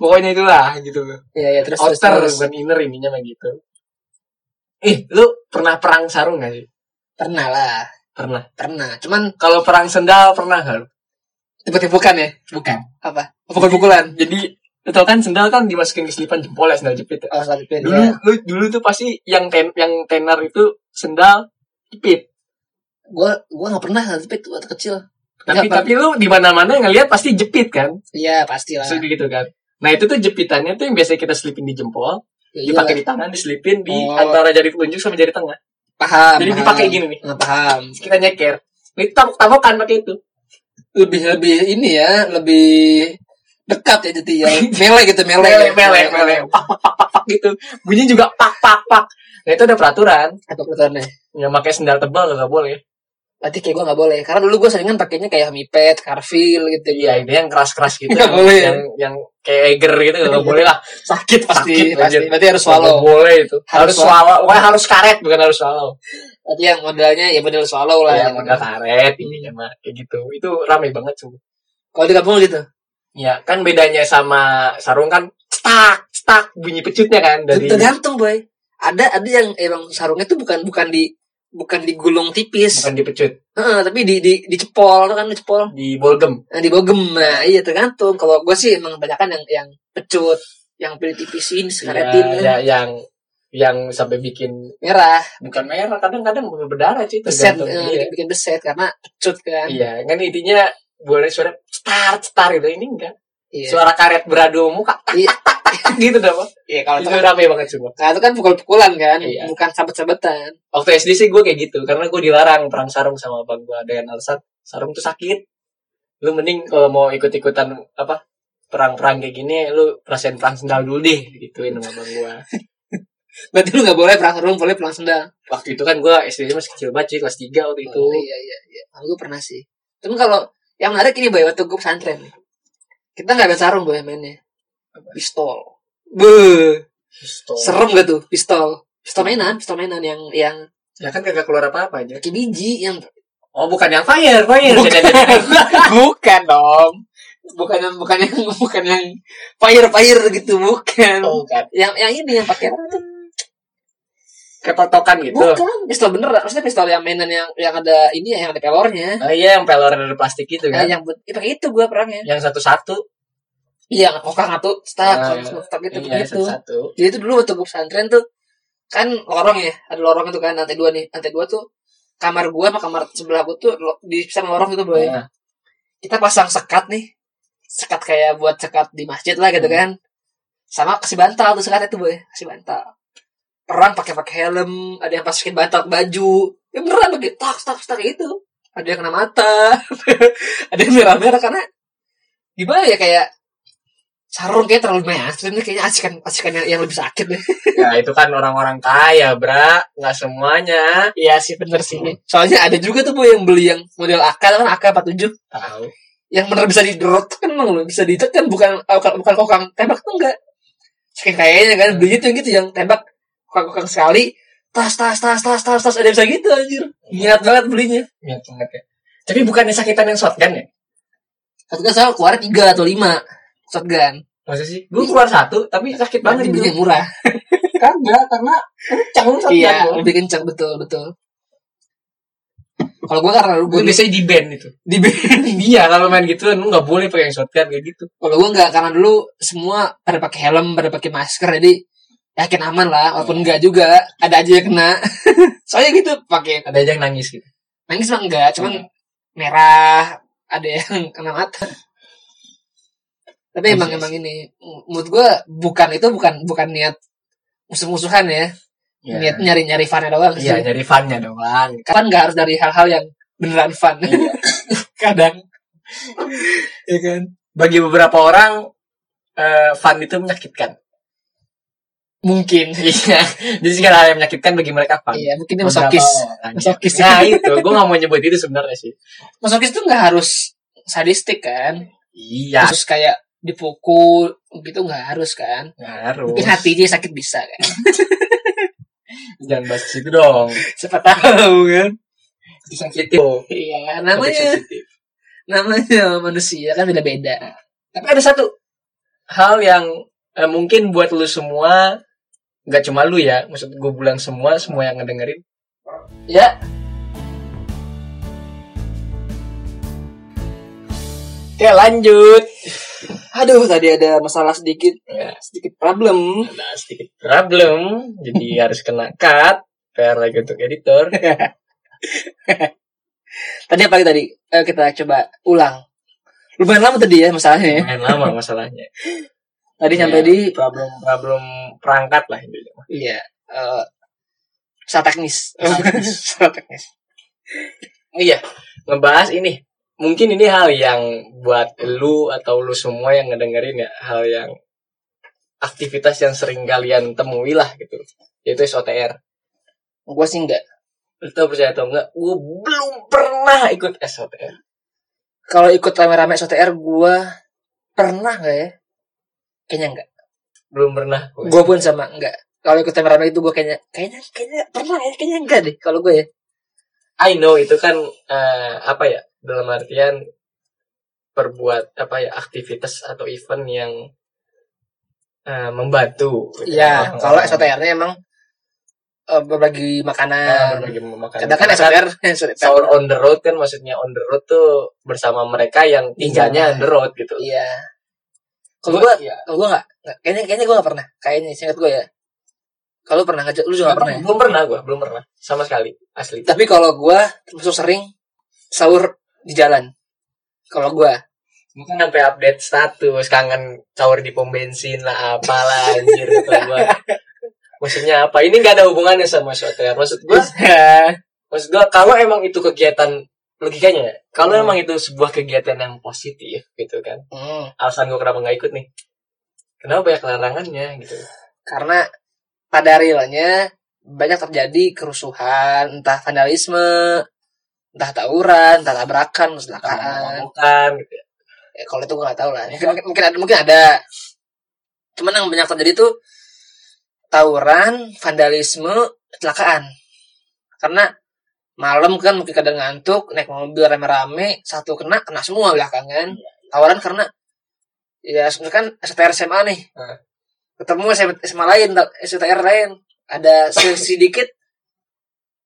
S1: pokoknya itulah gitu loh
S2: Iya, iya, terus terus
S1: outer
S2: terus.
S1: bukan inner ininya mah gitu ih lu pernah perang sarung gak sih
S2: Pernah lah.
S1: Pernah.
S2: Pernah. Cuman
S1: Kalau perang sendal pernah nggak lu?
S2: tipe-tipukan ya.
S1: Bukan.
S2: Apa? Pukul-pukulan.
S1: Jadi lu tau kan sendal kan dimasukin ke selipan jempol ya sendal jepit ya.
S2: Oh, selipin.
S1: Dulu lu dulu tuh pasti yang ten yang tenar itu sendal jepit.
S2: Gue gue nggak pernah selipin tuh waktu kecil.
S1: Tapi
S2: Nggak, Pak.
S1: tapi lu di mana-mana ngelihat pasti jepit kan.
S2: Iya pastilah.
S1: Maksudnya gitu kan. Nah itu tuh jepitannya tuh yang biasanya kita selipin di jempol,
S2: Ya, iyalah.
S1: dipakai di tangan, diselipin di
S2: Oh.
S1: antara jari telunjuk sama jari tengah.
S2: Paham.
S1: Jadi
S2: paham.
S1: dipakai gini nih.
S2: Nah, paham.
S1: Terus Kita nyeker. Ini tabok-tabokan pakai itu.
S2: Lebih lebih ini ya, lebih dekat ya jadi ya. Mele gitu, mele.
S1: Mele, mele, mele. Pak, pak, pak, pak, pak gitu. Bunyinya juga pak, pak, pak. Nah itu ada peraturan.
S2: Apa peraturannya?
S1: Yang pakai sendal tebal nggak boleh.
S2: Berarti kayak gue gak boleh. Karena dulu gue seringan pakainya kayak Hamipet, Carfil gitu.
S1: Iya, itu yang keras-keras gitu. yang,
S2: Nggak boleh.
S1: Yang, yang kayak eger gitu nggak boleh lah.
S2: Sakit pasti.
S1: Sakit,
S2: pasti.
S1: anjir.
S2: Berarti harus
S1: Nggak
S2: swallow.
S1: boleh itu. Harus
S2: Harus Iya,
S1: swallow. Pokoknya harus karet, bukan harus swallow.
S2: Berarti yang modalnya ya modal swallow lah.
S1: Yang modal karet,
S2: Hmm.
S1: ini mah kayak gitu. Itu rame banget sih.
S2: Kalau di kampung gitu.
S1: Ya, kan bedanya sama sarung kan cetak, cetak bunyi pecutnya kan dari
S2: Tergantung boy. Ada ada yang emang sarungnya tuh bukan bukan di bukan digulung tipis,
S1: bukan dipecut,
S2: Heeh, tapi di di dicepol tuh kan dicepol,
S1: di bolgem.
S2: nah, dibogem. Nah, iya tergantung. Kalau gue sih emang kebanyakan yang yang pecut, yang pilih tipisin,
S1: Ya,
S2: sekaretin,
S1: ya, yang yang sampai bikin
S2: merah,
S1: bukan merah kadang-kadang berdarah cuy
S2: beset,
S1: tergantung
S2: eh,
S1: iya.
S2: bikin beset karena pecut kan.
S1: iya kan intinya boleh suara cetar cetar gitu ini enggak
S2: Iya.
S1: suara karet beradu muka tak
S2: Iya.
S1: tak tak tak gitu dah Bang.
S2: Iya, kalau itu
S1: itu
S2: kan,
S1: rame banget semua
S2: kalau itu kan pukul-pukulan kan,
S1: Iya.
S2: bukan sabet-sabetan.
S1: waktu SD sih gue kayak gitu karena gue dilarang perang sarung sama abang gue dengan alasan sarung tuh sakit lu mending kalau mau ikut-ikutan apa perang-perang kayak gini lu rasain perang sendal dulu deh gituin sama abang gue
S2: Berarti lu gak boleh perang sarung, boleh perang sendal.
S1: waktu itu kan gue SD masih kecil banget cuy, kelas 3 waktu itu
S2: Oh, iya iya iya. Aku pernah sih. Tapi kalau yang menarik ini boy waktu gue pesantren nih. Kita nggak ada sarung boy mainnya. Pistol. Be,
S1: Pistol.
S2: serem gak tuh pistol? Pistol mainan, pistol mainan yang yang
S1: ya kan kagak keluar apa-apa aja
S2: kaki biji yang
S1: oh bukan yang fire fire
S2: Iya, bukan dong. Bukan yang bukan yang bukan yang fire fire gitu bukan.
S1: Oh, bukan.
S2: Yang yang ini yang pakai apa tuh?
S1: Ketotokan gitu.
S2: Bukan pistol beneran. Maksudnya pistol yang mainan yang yang ada ini ya, yang ada pelornya.
S1: Oh iya, yang pelor dari plastik gitu
S2: Nah,
S1: kan.
S2: yang buat- ya, pakai itu gue perangnya.
S1: Yang satu-satu.
S2: Iya, kokang atau stuck,
S1: Ah,
S2: sama stuck gitu
S1: iya,
S2: begitu.
S1: satu-satu.
S2: Jadi itu dulu waktu gue pesantren tuh kan lorong ya, ada lorong itu kan lantai dua nih, lantai dua tuh kamar gua sama kamar sebelah gua tuh lo- dipisah sama lorong gitu boy.
S1: Nah,
S2: Kita pasang sekat nih, sekat kayak buat sekat di masjid lah gitu
S1: Hmm.
S2: kan, sama kasih bantal tuh sekat itu boy, kasih bantal. Perang pakai pakai helm, ada yang masukin bantal ke baju, ya beneran begitu, tak tak tak gitu. Ada yang kena mata, ada yang merah-merah karena gimana ya kayak sarung kayak terlalu mainstream nih, kayaknya asikan asikan yang, yang lebih sakit deh.
S1: ya itu kan orang-orang kaya, Bra. Nggak semuanya.
S2: Iya sih bener sih. Soalnya ada juga tuh bu yang beli yang model AK kan AK 47
S1: Tahu.
S2: yang bener bisa didorot kan emang loh bisa ditekan bukan eh, bukan, bukan kokang tembak tuh enggak. Saking kayaknya kan beli itu yang gitu yang tembak kokang-kokang sekali tas tas tas tas tas tas ada yang bisa gitu anjir. Niat banget belinya.
S1: Ya, banget ya. Tapi bukannya sakitan yang shotgun ya?
S2: Shotgun soal keluar 3 atau 5 shotgun.
S1: Masa sih? Gue keluar satu, tapi sakit banget
S2: Berarti
S1: gitu.
S2: beli
S1: itu.
S2: yang murah.
S1: Kagak, karena kencang shotgun. ya.
S2: Iya,
S1: gua.
S2: lebih kencang betul betul. Kalau gue karena lu
S1: Gua
S2: gue
S1: biasanya di band itu.
S2: di band
S1: Iya, kalau main gitu lu nggak boleh pakai yang shotgun kayak gitu.
S2: kalau gue nggak karena dulu semua pada pakai helm pada pakai masker jadi yakin aman lah
S1: Hmm.
S2: walaupun nggak juga ada aja yang kena soalnya gitu pakai
S1: Ada aja yang nangis gitu.
S2: nangis mah Nah, enggak cuman
S1: Hmm.
S2: merah ada yang kena mata tapi emang
S1: Yes, yes.
S2: emang ini m- menurut gue bukan itu bukan bukan niat musuh-musuhan ya niat
S1: Iya,
S2: nyari-nyari fun doang
S1: Iya,
S2: sih
S1: nyari funnya doang.
S2: kan nggak harus dari hal-hal yang beneran fun
S1: Iya.
S2: kadang ya kan
S1: Bagi beberapa orang, eh, fun itu menyakitkan.
S2: mungkin
S1: Iya, jadi segala hal yang menyakitkan bagi mereka fun.
S2: iya mungkin
S1: Beberapa
S2: masokis
S1: orang.
S2: Masokis.
S1: Nah itu, gue gak mau nyebut itu sebenarnya sih.
S2: masokis tuh nggak harus sadistik kan
S1: Iya,
S2: terus kayak dipukul gitu nggak harus kan
S1: nggak harus.
S2: mungkin hatinya sakit bisa kan
S1: Jangan bahas ke situ dong.
S2: siapa tahu kan
S1: Sensitif.
S2: iya
S1: Topik
S2: namanya
S1: sensitif.
S2: namanya manusia kan beda beda
S1: Tapi ada satu hal yang eh, mungkin buat lu semua, nggak cuma lu ya, maksud gue bilang semua, semua yang ngedengerin,
S2: ya
S1: Oke lanjut.
S2: Ya, Aduh, tadi ada masalah sedikit,
S1: Ya.
S2: sedikit problem.
S1: Ada sedikit problem, jadi harus kena cut. PR lagi untuk editor.
S2: Tadi apa tadi? Ayo kita coba ulang. Lumayan lama tadi ya masalahnya. ya.
S1: Lumayan lama masalahnya.
S2: Tadi
S1: Ya.
S2: sampai di
S1: Problem problem perangkat lah intinya.
S2: iya, eh masalah teknis.
S1: Masalah teknis.
S2: Masalah teknis.
S1: Iya, ngebahas ini. Mungkin ini hal yang buat lu atau lu semua yang ngedengerin ya, hal yang aktivitas yang sering kalian temui lah gitu. Yaitu SOTR.
S2: Gua sih enggak.
S1: Lu tau percaya atau enggak, gue belum pernah ikut SOTR.
S2: Kalau ikut rame-rame SOTR gua pernah enggak ya? Kayaknya enggak.
S1: Belum pernah. gua.
S2: Gua pun sama enggak. Kalau ikut rame-rame itu gua kayaknya kayaknya kayaknya pernah ya, kayaknya enggak deh kalau gue ya.
S1: I know itu kan eh, apa ya dalam artian perbuat apa ya aktivitas atau event yang eh, membantu. gitu
S2: Iya,
S1: ya. Orang-orang
S2: kalau SOTR-nya emang eh, Ah, berbagi
S1: yang
S2: makanan.
S1: berbagi memakan.
S2: Kadang kan
S1: Karena
S2: SOTR,
S1: sahur on the road kan maksudnya on the road tuh bersama mereka yang
S2: Di
S1: tinggalnya
S2: jalan.
S1: on the road gitu.
S2: Iya. Kalau gua
S1: Iya.
S2: Kalau gue gak, nggak- kayaknya kayaknya gue gak pernah. Kayaknya singkat gue ya. Kalau pernah ngajak, lu juga gak pernah ya.
S1: belum pernah gue, belum pernah sama sekali asli.
S2: Tapi kalau gue termasuk sering sahur di jalan. Kalau gue,
S1: Bukan sampai update status, kangen sahur di pom bensin lah apalah anjir kata gua. Maksudnya apa? Ini gak ada hubungannya sama SOTR. Maksud gue
S2: Iya.
S1: Maksud gua, kalau emang itu kegiatan logikanya, ya, kalau
S2: Hmm.
S1: emang itu sebuah kegiatan yang positif gitu kan,
S2: Hmm,
S1: alasan gua kenapa nggak ikut nih? Kenapa banyak larangannya gitu?
S2: karena pada realnya banyak terjadi kerusuhan, entah vandalisme, entah tawuran, entah tabrakan, kecelakaan.
S1: Bukan gitu ya.
S2: Ya, kalau itu gue gak tahu lah. Mungkin, mungkin, mungkin ada, mungkin ada. Cuman yang banyak terjadi tuh tawuran, vandalisme, kecelakaan. Karena malam kan mungkin kadang ngantuk, naik mobil rame-rame, satu kena, kena semua belakangan. Tawuran karena ya sebenarnya kan STR SMA nih.
S1: Hmm.
S2: Ketemu SMA, SMA lain, ta- STR lain. Ada sedikit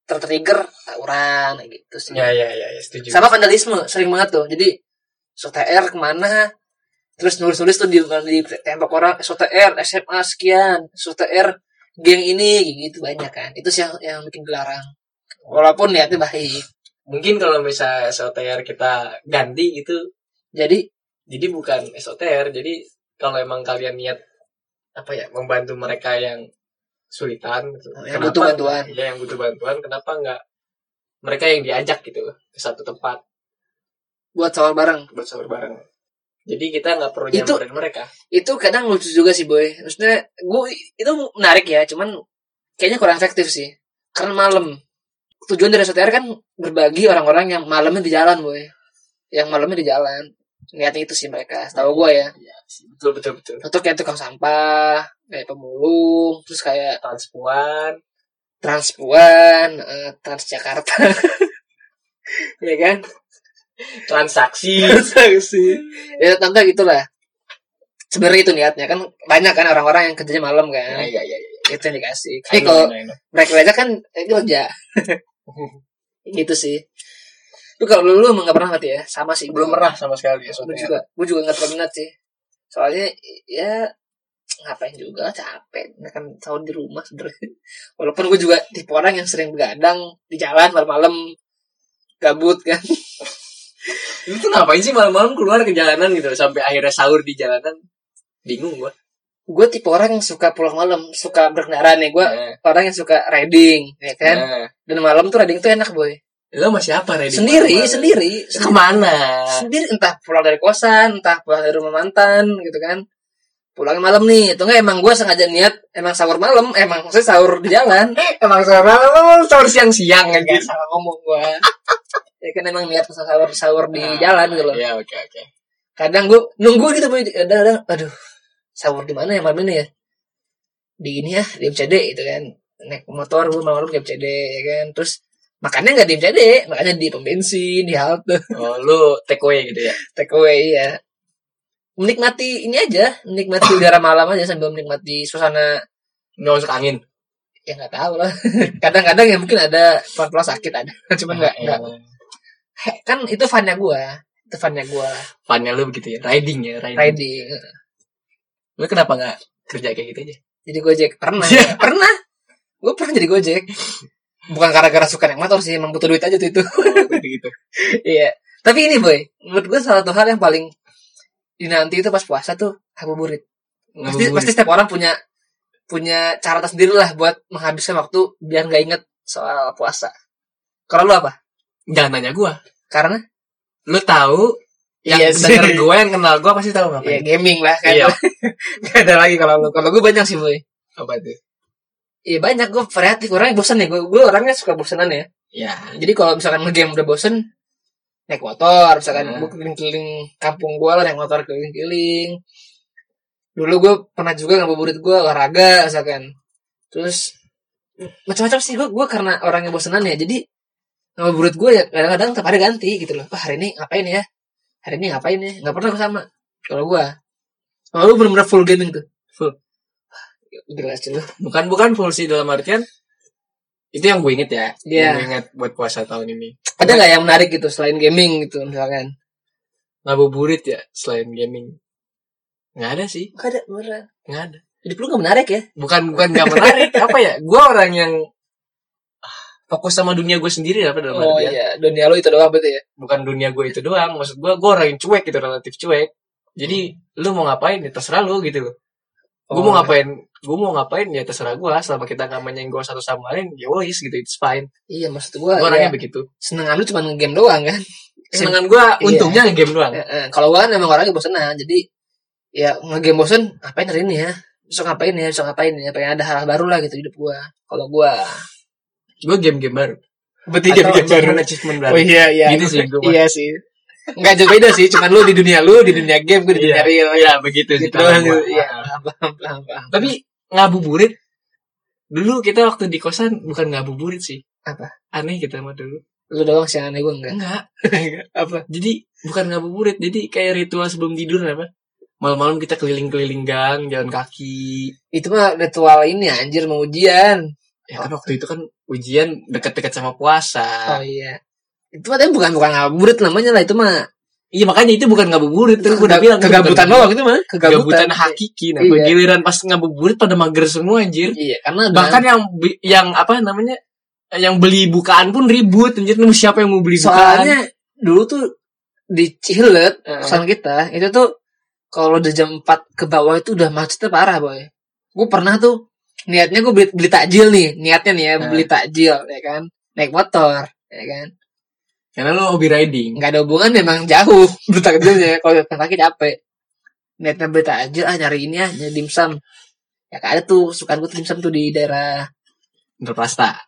S2: tertrigger tawuran kayak gitu sih.
S1: Ya ya ya, ya, setuju.
S2: Sama vandalisme sering banget tuh. Jadi SOTR kemana? Terus nulis-nulis tuh di, di tembok orang SOTR SMA sekian, SOTR geng ini kayak gitu banyak kan. Itu sih yang, yang bikin dilarang. Walaupun niatnya baik.
S1: Mungkin kalau misalnya SOTR kita ganti gitu,
S2: Jadi
S1: jadi bukan SOTR, jadi kalau emang kalian niat apa ya membantu mereka yang sulitan gitu.
S2: Oh, yang butuh bantuan.
S1: Iya, yang butuh bantuan, kenapa nggak mereka yang diajak gitu loh, ke satu tempat?
S2: buat sahur bareng
S1: buat sahur bareng. Jadi kita nggak perlu
S2: Itu-
S1: nyamperin mereka.
S2: itu kadang lucu juga sih boy. Maksudnya gue itu menarik ya, cuman kayaknya kurang efektif sih. Karena malam. Tujuan dari SOTR kan berbagi orang-orang yang malamnya di jalan boy. Yang malamnya di jalan. Niatnya itu sih mereka. Tahu gue ya.
S1: Iya, betul betul betul.
S2: Atau kayak tukang sampah, kayak pemulung, terus kayak
S1: Transpuan,
S2: transpuan, eh, transjakarta. ya kan?
S1: transaksi.
S2: Transaksi. Ya tante gitulah. Sebenarnya itu niatnya kan banyak kan orang-orang yang kerjanya malam kan.
S1: iya iya. iya.
S2: Itu yang dikasih.
S1: I
S2: Tapi
S1: know, I
S2: Eh, kalau
S1: know, I know.
S2: mereka aja kan eh, itu kerja. gitu sih. Lu kalau lu, lu emang nggak pernah berarti ya? Sama sih.
S1: Belum pernah sama sekali ya
S2: Gue
S1: soalnya.
S2: juga, gue juga nggak terlalu minat sih. Soalnya ya ngapain juga capek, Nah, kan tahun di rumah sebenarnya. Walaupun gue juga tipe orang yang sering begadang di jalan malam-malam gabut kan.
S1: Lu tuh ngapain sih malam-malam keluar ke jalanan gitu sampai akhirnya sahur di jalanan? Bingung gua.
S2: Gue tipe orang yang suka pulang malam, suka berkendara nih. Gue
S1: Nah,
S2: orang yang suka riding, ya kan.
S1: nah.
S2: Dan malam tuh riding tuh enak boy.
S1: Lu sama siapa Reddy?
S2: Sendiri,
S1: Malam-malam?
S2: sendiri,
S1: Iya.
S2: sendiri,
S1: Kemana?
S2: sendiri. Entah pulang dari kosan, entah pulang dari rumah mantan, gitu kan. Pulang malam nih, itu enggak emang gue sengaja niat emang sahur malam, emang maksudnya sahur di jalan.
S1: Emang sahur malam sahur siang-siang kan?
S2: Gak salah ngomong gua ya kan emang niat pesan sahur sahur di jalan gitu loh
S1: Iya, oke oke.
S2: kadang gua nunggu gitu boy kadang, kadang aduh sahur di mana ya malam ini ya di ini ya di MCD gitu kan naik motor gua malam-malam ke MCD ya kan terus makannya nggak di MCD makanya di pom bensin di halte
S1: Oh, lu take away gitu ya.
S2: take away ya menikmati ini aja menikmati udara malam aja sambil menikmati suasana
S1: Nggak masuk angin.
S2: ya nggak tahu lah kadang-kadang
S1: Iya.
S2: ya mungkin ada pelan-pelan sakit ada cuman nggak nggak
S1: Eh,
S2: kan itu funnya gua Itu funnya gue
S1: Funnya lu begitu ya, riding ya, riding.
S2: riding.
S1: Lu kenapa nggak kerja kayak gitu aja?
S2: Jadi gojek pernah,
S1: Iya.
S2: pernah. Gue pernah jadi gojek. Bukan gara-gara suka naik motor sih, emang butuh duit aja tuh itu.
S1: gitu gitu.
S2: Iya. Tapi ini boy, menurut gue salah satu hal yang paling dinanti itu pas puasa tuh ngabuburit. Pasti, pasti setiap orang punya punya cara tersendiri lah buat menghabiskan waktu biar nggak inget soal puasa. Kalau lu apa?
S1: Jangan nanya gua.
S2: Karena
S1: Lu tahu yang
S2: Iya sih.
S1: denger gua yang kenal gua pasti tahu
S2: ya
S1: ngapain.
S2: gaming lah kan.
S1: Iya.
S2: Nggak ada lagi kalau lu. Kalau gue banyak sih boy.
S1: Apa tuh?
S2: Iya banyak gue variatif orangnya bosan nih. Gue gue orangnya suka bosanan ya.
S1: Ya,
S2: Jadi kalau misalkan ngegame udah bosen naik motor, misalkan
S1: Hmm.
S2: gue keliling-keliling kampung gue lah naik motor keliling-keliling. Dulu gue pernah juga ngabuburit gue olahraga misalkan. Terus macam-macam sih gue gue karena orangnya bosenan ya. Jadi ngabuburit gue ya kadang-kadang tiap hari ganti gitu loh. Wah hari ini ngapain ya? Hari ini ngapain ya? Nggak pernah sama. Kalau gue, kalau lu bener-bener full gaming tuh.
S1: Full.
S2: Wah, Gila sih lu.
S1: bukan bukan full sih dalam artian itu yang gue inget ya.
S2: Iya.
S1: Yang gue inget buat puasa tahun ini.
S2: Ada nggak yang menarik gitu selain gaming gitu misalkan?
S1: Ngabuburit ya selain gaming. Nggak ada sih,
S2: Nggak ada beneran.
S1: nggak ada.
S2: Hidup lu nggak menarik ya?
S1: Bukan bukan nggak menarik, apa ya? Gua orang yang ah, fokus sama dunia gue sendiri apa dalam
S2: Oh
S1: artian
S2: iya, dunia lu itu doang berarti ya.
S1: bukan dunia gue itu doang maksud gue gue orang yang cuek gitu relatif cuek
S2: Hmm.
S1: jadi lu mau ngapain ya terserah lu gitu loh
S2: Oh,
S1: gue
S2: iya.
S1: mau ngapain gue mau ngapain ya terserah gue selama kita nggak gue satu sama lain ya wis gitu it's fine
S2: Iya, maksud gua
S1: gue orangnya
S2: ya,
S1: begitu
S2: senengan lu cuma nge-game doang kan.
S1: senengan gue
S2: Iya.
S1: untungnya game doang
S2: Eh, eh, Kalau gua kan emang orangnya bosenan, jadi ya nge-game bosen, ngapain hari ini ya? Besok ngapain ya? Besok ngapain ya? Pengen ada hal baru lah gitu hidup gua. Kalau gua
S1: gue game game baru
S2: berarti
S1: Atau achievement achievement baru
S2: Oh iya iya.
S1: Gitu sih, gua.
S2: Iya sih. Enggak jauh beda sih, cuman lu di dunia lu, di dunia game, gua di dunia
S1: Iya,
S2: real.
S1: iya, begitu sih
S2: Gitu
S1: kalau
S2: doang.
S1: gua.
S2: gitu. Iya, paham, paham, paham.
S1: tapi ngabuburit dulu kita waktu di kosan bukan ngabuburit sih
S2: Apa?
S1: aneh kita mah dulu
S2: Lu doang sih yang aneh gua enggak.
S1: enggak
S2: Apa?
S1: jadi bukan ngabuburit jadi kayak ritual sebelum tidur apa malam-malam kita keliling-keliling gang jalan kaki
S2: Itu mah ritual ini anjir mau ujian.
S1: ya kan waktu itu kan ujian deket-deket sama puasa
S2: Oh iya. Itu mah tapi bukan bukan ngabuburit namanya lah itu mah.
S1: iya makanya itu bukan ngabuburit terus gue udah
S2: Kega-
S1: bilang itu
S2: kegabutan
S1: bukan-
S2: doang itu mah.
S1: kegabutan hakiki nah
S2: Iya.
S1: giliran pas ngabuburit pada mager semua anjir
S2: Iya, karena
S1: bahkan yang bi- yang apa namanya yang beli bukaan pun ribut anjir nemu siapa yang mau beli bukaan Eh.
S2: soalnya dulu tuh di Cihilet,
S1: Heeh.
S2: pesan kita itu tuh kalau udah jam 4 ke bawah itu udah macetnya parah, boy. Gue pernah tuh niatnya gue beli, beli takjil nih, niatnya nih ya
S1: Heeh.
S2: beli takjil, ya kan. Naik motor, ya kan.
S1: karena lo hobi riding
S2: nggak ada hubungan memang jauh beli takjilnya ya, kalau jalan kaki capek niatnya beli takjil ah nyari ini ah nyari dimsum ya kan ada tuh suka gue dimsum tuh di daerah
S1: Interprasta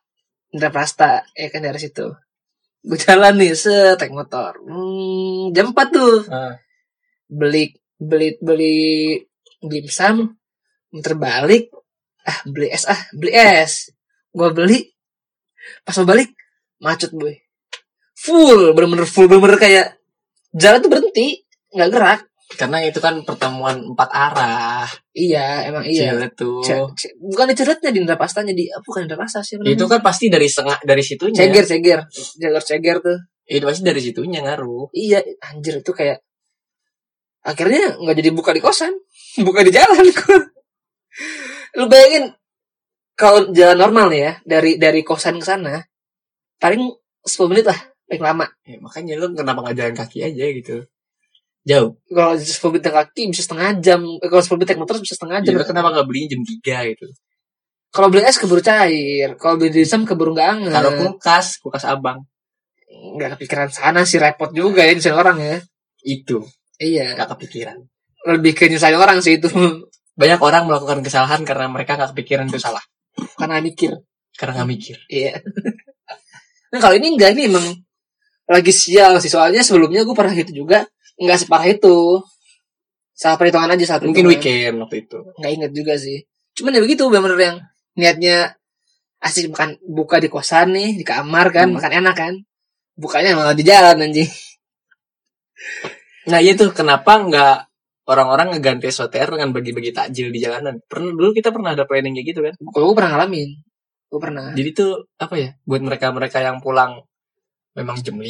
S2: Indra Prasta ya kan daerah situ gue jalan nih set naik motor hmm, jam 4 tuh beli beli beli dimsum muter balik ah beli es ah beli es gue beli pas mau balik macet boy full bener-bener full bener-bener kayak jalan tuh berhenti nggak gerak
S1: karena itu kan pertemuan empat arah
S2: iya emang iya
S1: Cilet tuh
S2: Ce- ce- bukan di ceritanya di Indra Prastanya di ah, bukan Indra Prasta sih namanya.
S1: itu kan ya. pasti dari setengah dari situnya
S2: ceger ceger jalur ceger tuh
S1: itu pasti dari situnya ngaruh
S2: iya anjir itu kayak akhirnya nggak jadi buka di kosan buka di jalan gua. lu bayangin kalau jalan normal nih ya dari dari kosan ke sana paling 10 menit lah paling lama
S1: Ya, makanya lu kenapa nggak jalan kaki aja gitu jauh
S2: kalau 10 menit naik kaki bisa setengah jam Eh, kalau 10 menit naik motor bisa setengah
S1: ya,
S2: jam
S1: lu kenapa nggak beliin jam 3 gitu
S2: kalau beli es keburu cair kalau beli dimsum keburu nggak anget
S1: kalau kulkas kulkas abang
S2: nggak kepikiran sana sih repot juga ya nyusahin orang ya
S1: itu
S2: iya
S1: nggak kepikiran
S2: lebih ke nyusahin orang sih itu
S1: banyak orang melakukan kesalahan karena mereka nggak kepikiran itu salah
S2: karena mikir
S1: karena nggak mikir
S2: Iya. nah kalau ini enggak ini emang lagi sial sih soalnya sebelumnya gue pernah gitu juga nggak separah itu. Salah perhitungan aja salah
S1: mungkin
S2: perhitungan.
S1: weekend waktu itu
S2: Nggak inget juga sih. Cuman ya begitu bener-bener yang niatnya asik makan buka di kosan nih di kamar kan
S1: Hmm.
S2: makan enak kan. Bukanya malah di jalan anjing.
S1: nah itu kenapa nggak orang-orang ngeganti SOTR dengan bagi-bagi takjil di jalanan pernah dulu kita pernah ada planning kayak gitu kan
S2: Kalau gue pernah ngalamin. Gue pernah.
S1: jadi tuh apa ya buat mereka-mereka yang pulang memang jam 5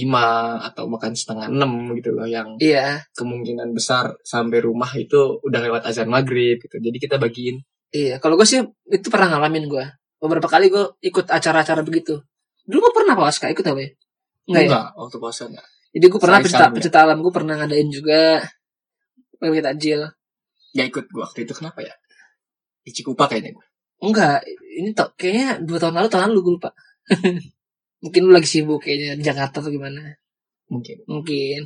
S1: atau bahkan setengah 6 gitu loh yang
S2: Iya,
S1: kemungkinan besar sampai rumah itu udah lewat azan maghrib gitu. Jadi kita bagiin.
S2: iya. Kalau gue sih itu pernah ngalamin gue. Beberapa kali gue ikut acara-acara begitu. Dulu gue pernah puasa ikut apa ya? Enggak ya?
S1: Enggak, waktu puasa enggak.
S2: Jadi gue pernah
S1: Saisam
S2: pecinta,
S1: ya?
S2: pecinta alam gue pernah ngadain juga bagi takjil.
S1: Gak ikut gua waktu itu kenapa ya? Di Cikupa kayaknya gua.
S2: Enggak, ini tak kayaknya dua tahun lalu tahun lalu gue lupa. Mungkin lu lagi sibuk kayaknya di Jakarta atau gimana?
S1: Mungkin.
S2: Mungkin.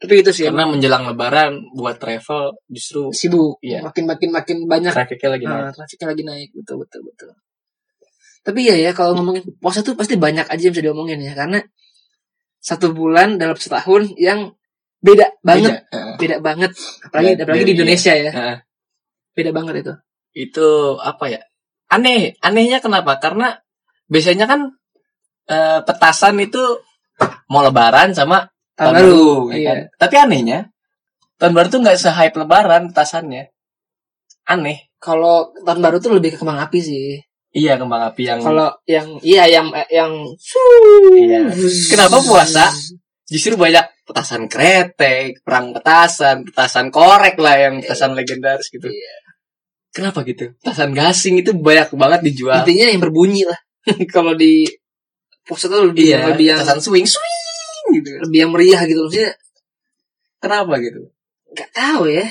S2: Tapi itu sih
S1: Karena menjelang lebaran buat travel justru
S2: emang sibuk.
S1: Iya.
S2: Makin makin makin banyak
S1: trafficnya lagi
S2: Ah,
S1: naik.
S2: trafiknya lagi naik betul betul betul tapi ya ya kalau ngomongin puasa tuh pasti banyak aja yang bisa diomongin ya karena satu bulan dalam setahun yang beda banget
S1: Beda. Eh,
S2: beda, banget
S1: Dan
S2: apalagi apalagi di
S1: dari-
S2: Indonesia ya
S1: Heeh.
S2: beda banget itu
S1: itu apa ya? Aneh. Anehnya kenapa? Karena biasanya kan eh, petasan itu mau lebaran sama
S2: tahun baru
S1: ya
S2: iya
S1: kan? Tapi anehnya tahun baru tuh nggak se-hype lebaran petasannya. Aneh.
S2: kalau tahun baru tuh lebih ke kembang api sih
S1: Iya kembang api yang
S2: kalau yang iya yang eh, yang
S1: Iya. Kenapa puasa? justru banyak petasan kretek, perang petasan, petasan korek lah yang petasan legendaris gitu.
S2: Iya.
S1: Kenapa gitu? Petasan gasing itu banyak banget dijual.
S2: intinya yang berbunyi lah kalau di puasa tuh lebih
S1: Iya,
S2: lebih yang
S1: petasan swing swing gitu.
S2: lebih yang meriah gitu maksudnya
S1: Kenapa gitu?
S2: Gak tahu ya.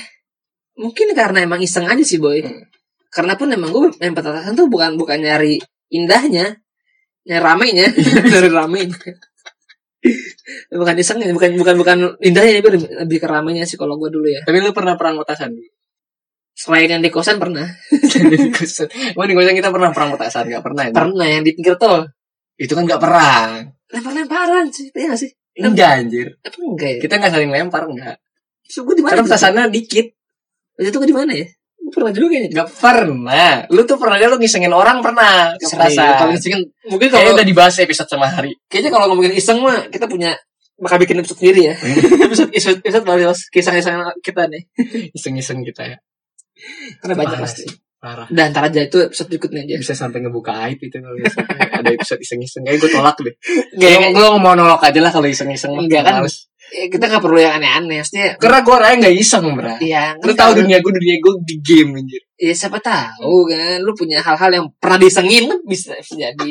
S2: Mungkin karena emang iseng aja sih boy.
S1: Hmm.
S2: Karena pun emang gue main petasan tuh bukan bukan nyari indahnya, nyari ramainya, nyari ramainya. bukan iseng ya, bukan bukan bukan indahnya tapi lebih, lebih ke ramainya sih kalau gue dulu ya.
S1: Tapi lu pernah perang petasan?
S2: Selain yang di kosan pernah,
S1: Gue di kosan kita pernah perang petasan, gak pernah. ya?
S2: pernah yang di pinggir tol.
S1: Itu kan gak perang.
S2: Lempar-lemparan sih, iya gak sih?
S1: Enggak anjir.
S2: Apa enggak ya?
S1: Kita gak saling lempar, enggak.
S2: Terus gue di mana? gitu?
S1: Karena
S2: Terus
S1: petasannya dikit.
S2: itu gue di mana ya? Gue pernah juga kayaknya.
S1: Gak pernah. Lu tuh pernah aja lu ngisengin orang pernah. Iya, gitu
S2: Sering. Paling
S1: Petasan.
S2: sering mungkin
S1: Kayaknya
S2: kalau
S1: udah dibahas episode sama hari.
S2: Kayaknya kalau ngomongin iseng mah kita punya bakal bikin episode sendiri ya.
S1: Iya.
S2: episode episode episode bahas kisah-kisah kita nih.
S1: iseng-iseng kita ya.
S2: Karena banyak
S1: Parah
S2: pasti.
S1: sih, Parah. Ya
S2: Dan ntar aja itu episode berikutnya aja.
S1: Bisa sampai ngebuka aib itu kalau iseng. ada episode iseng-iseng. Kayaknya gue tolak deh.
S2: Kayak-
S1: Gue mau nolok aja lah kalau iseng-iseng.
S2: Enggak kan?
S1: Males.
S2: Ya, kita nggak perlu yang aneh-aneh. Maksudnya
S1: Karena gue orangnya gak iseng, bro.
S2: Iya,
S1: Lu tau dunia gue, dunia gue di game anjir.
S2: Ya siapa tahu kan, lu punya hal-hal yang pernah disengin kan bisa bisa jadi.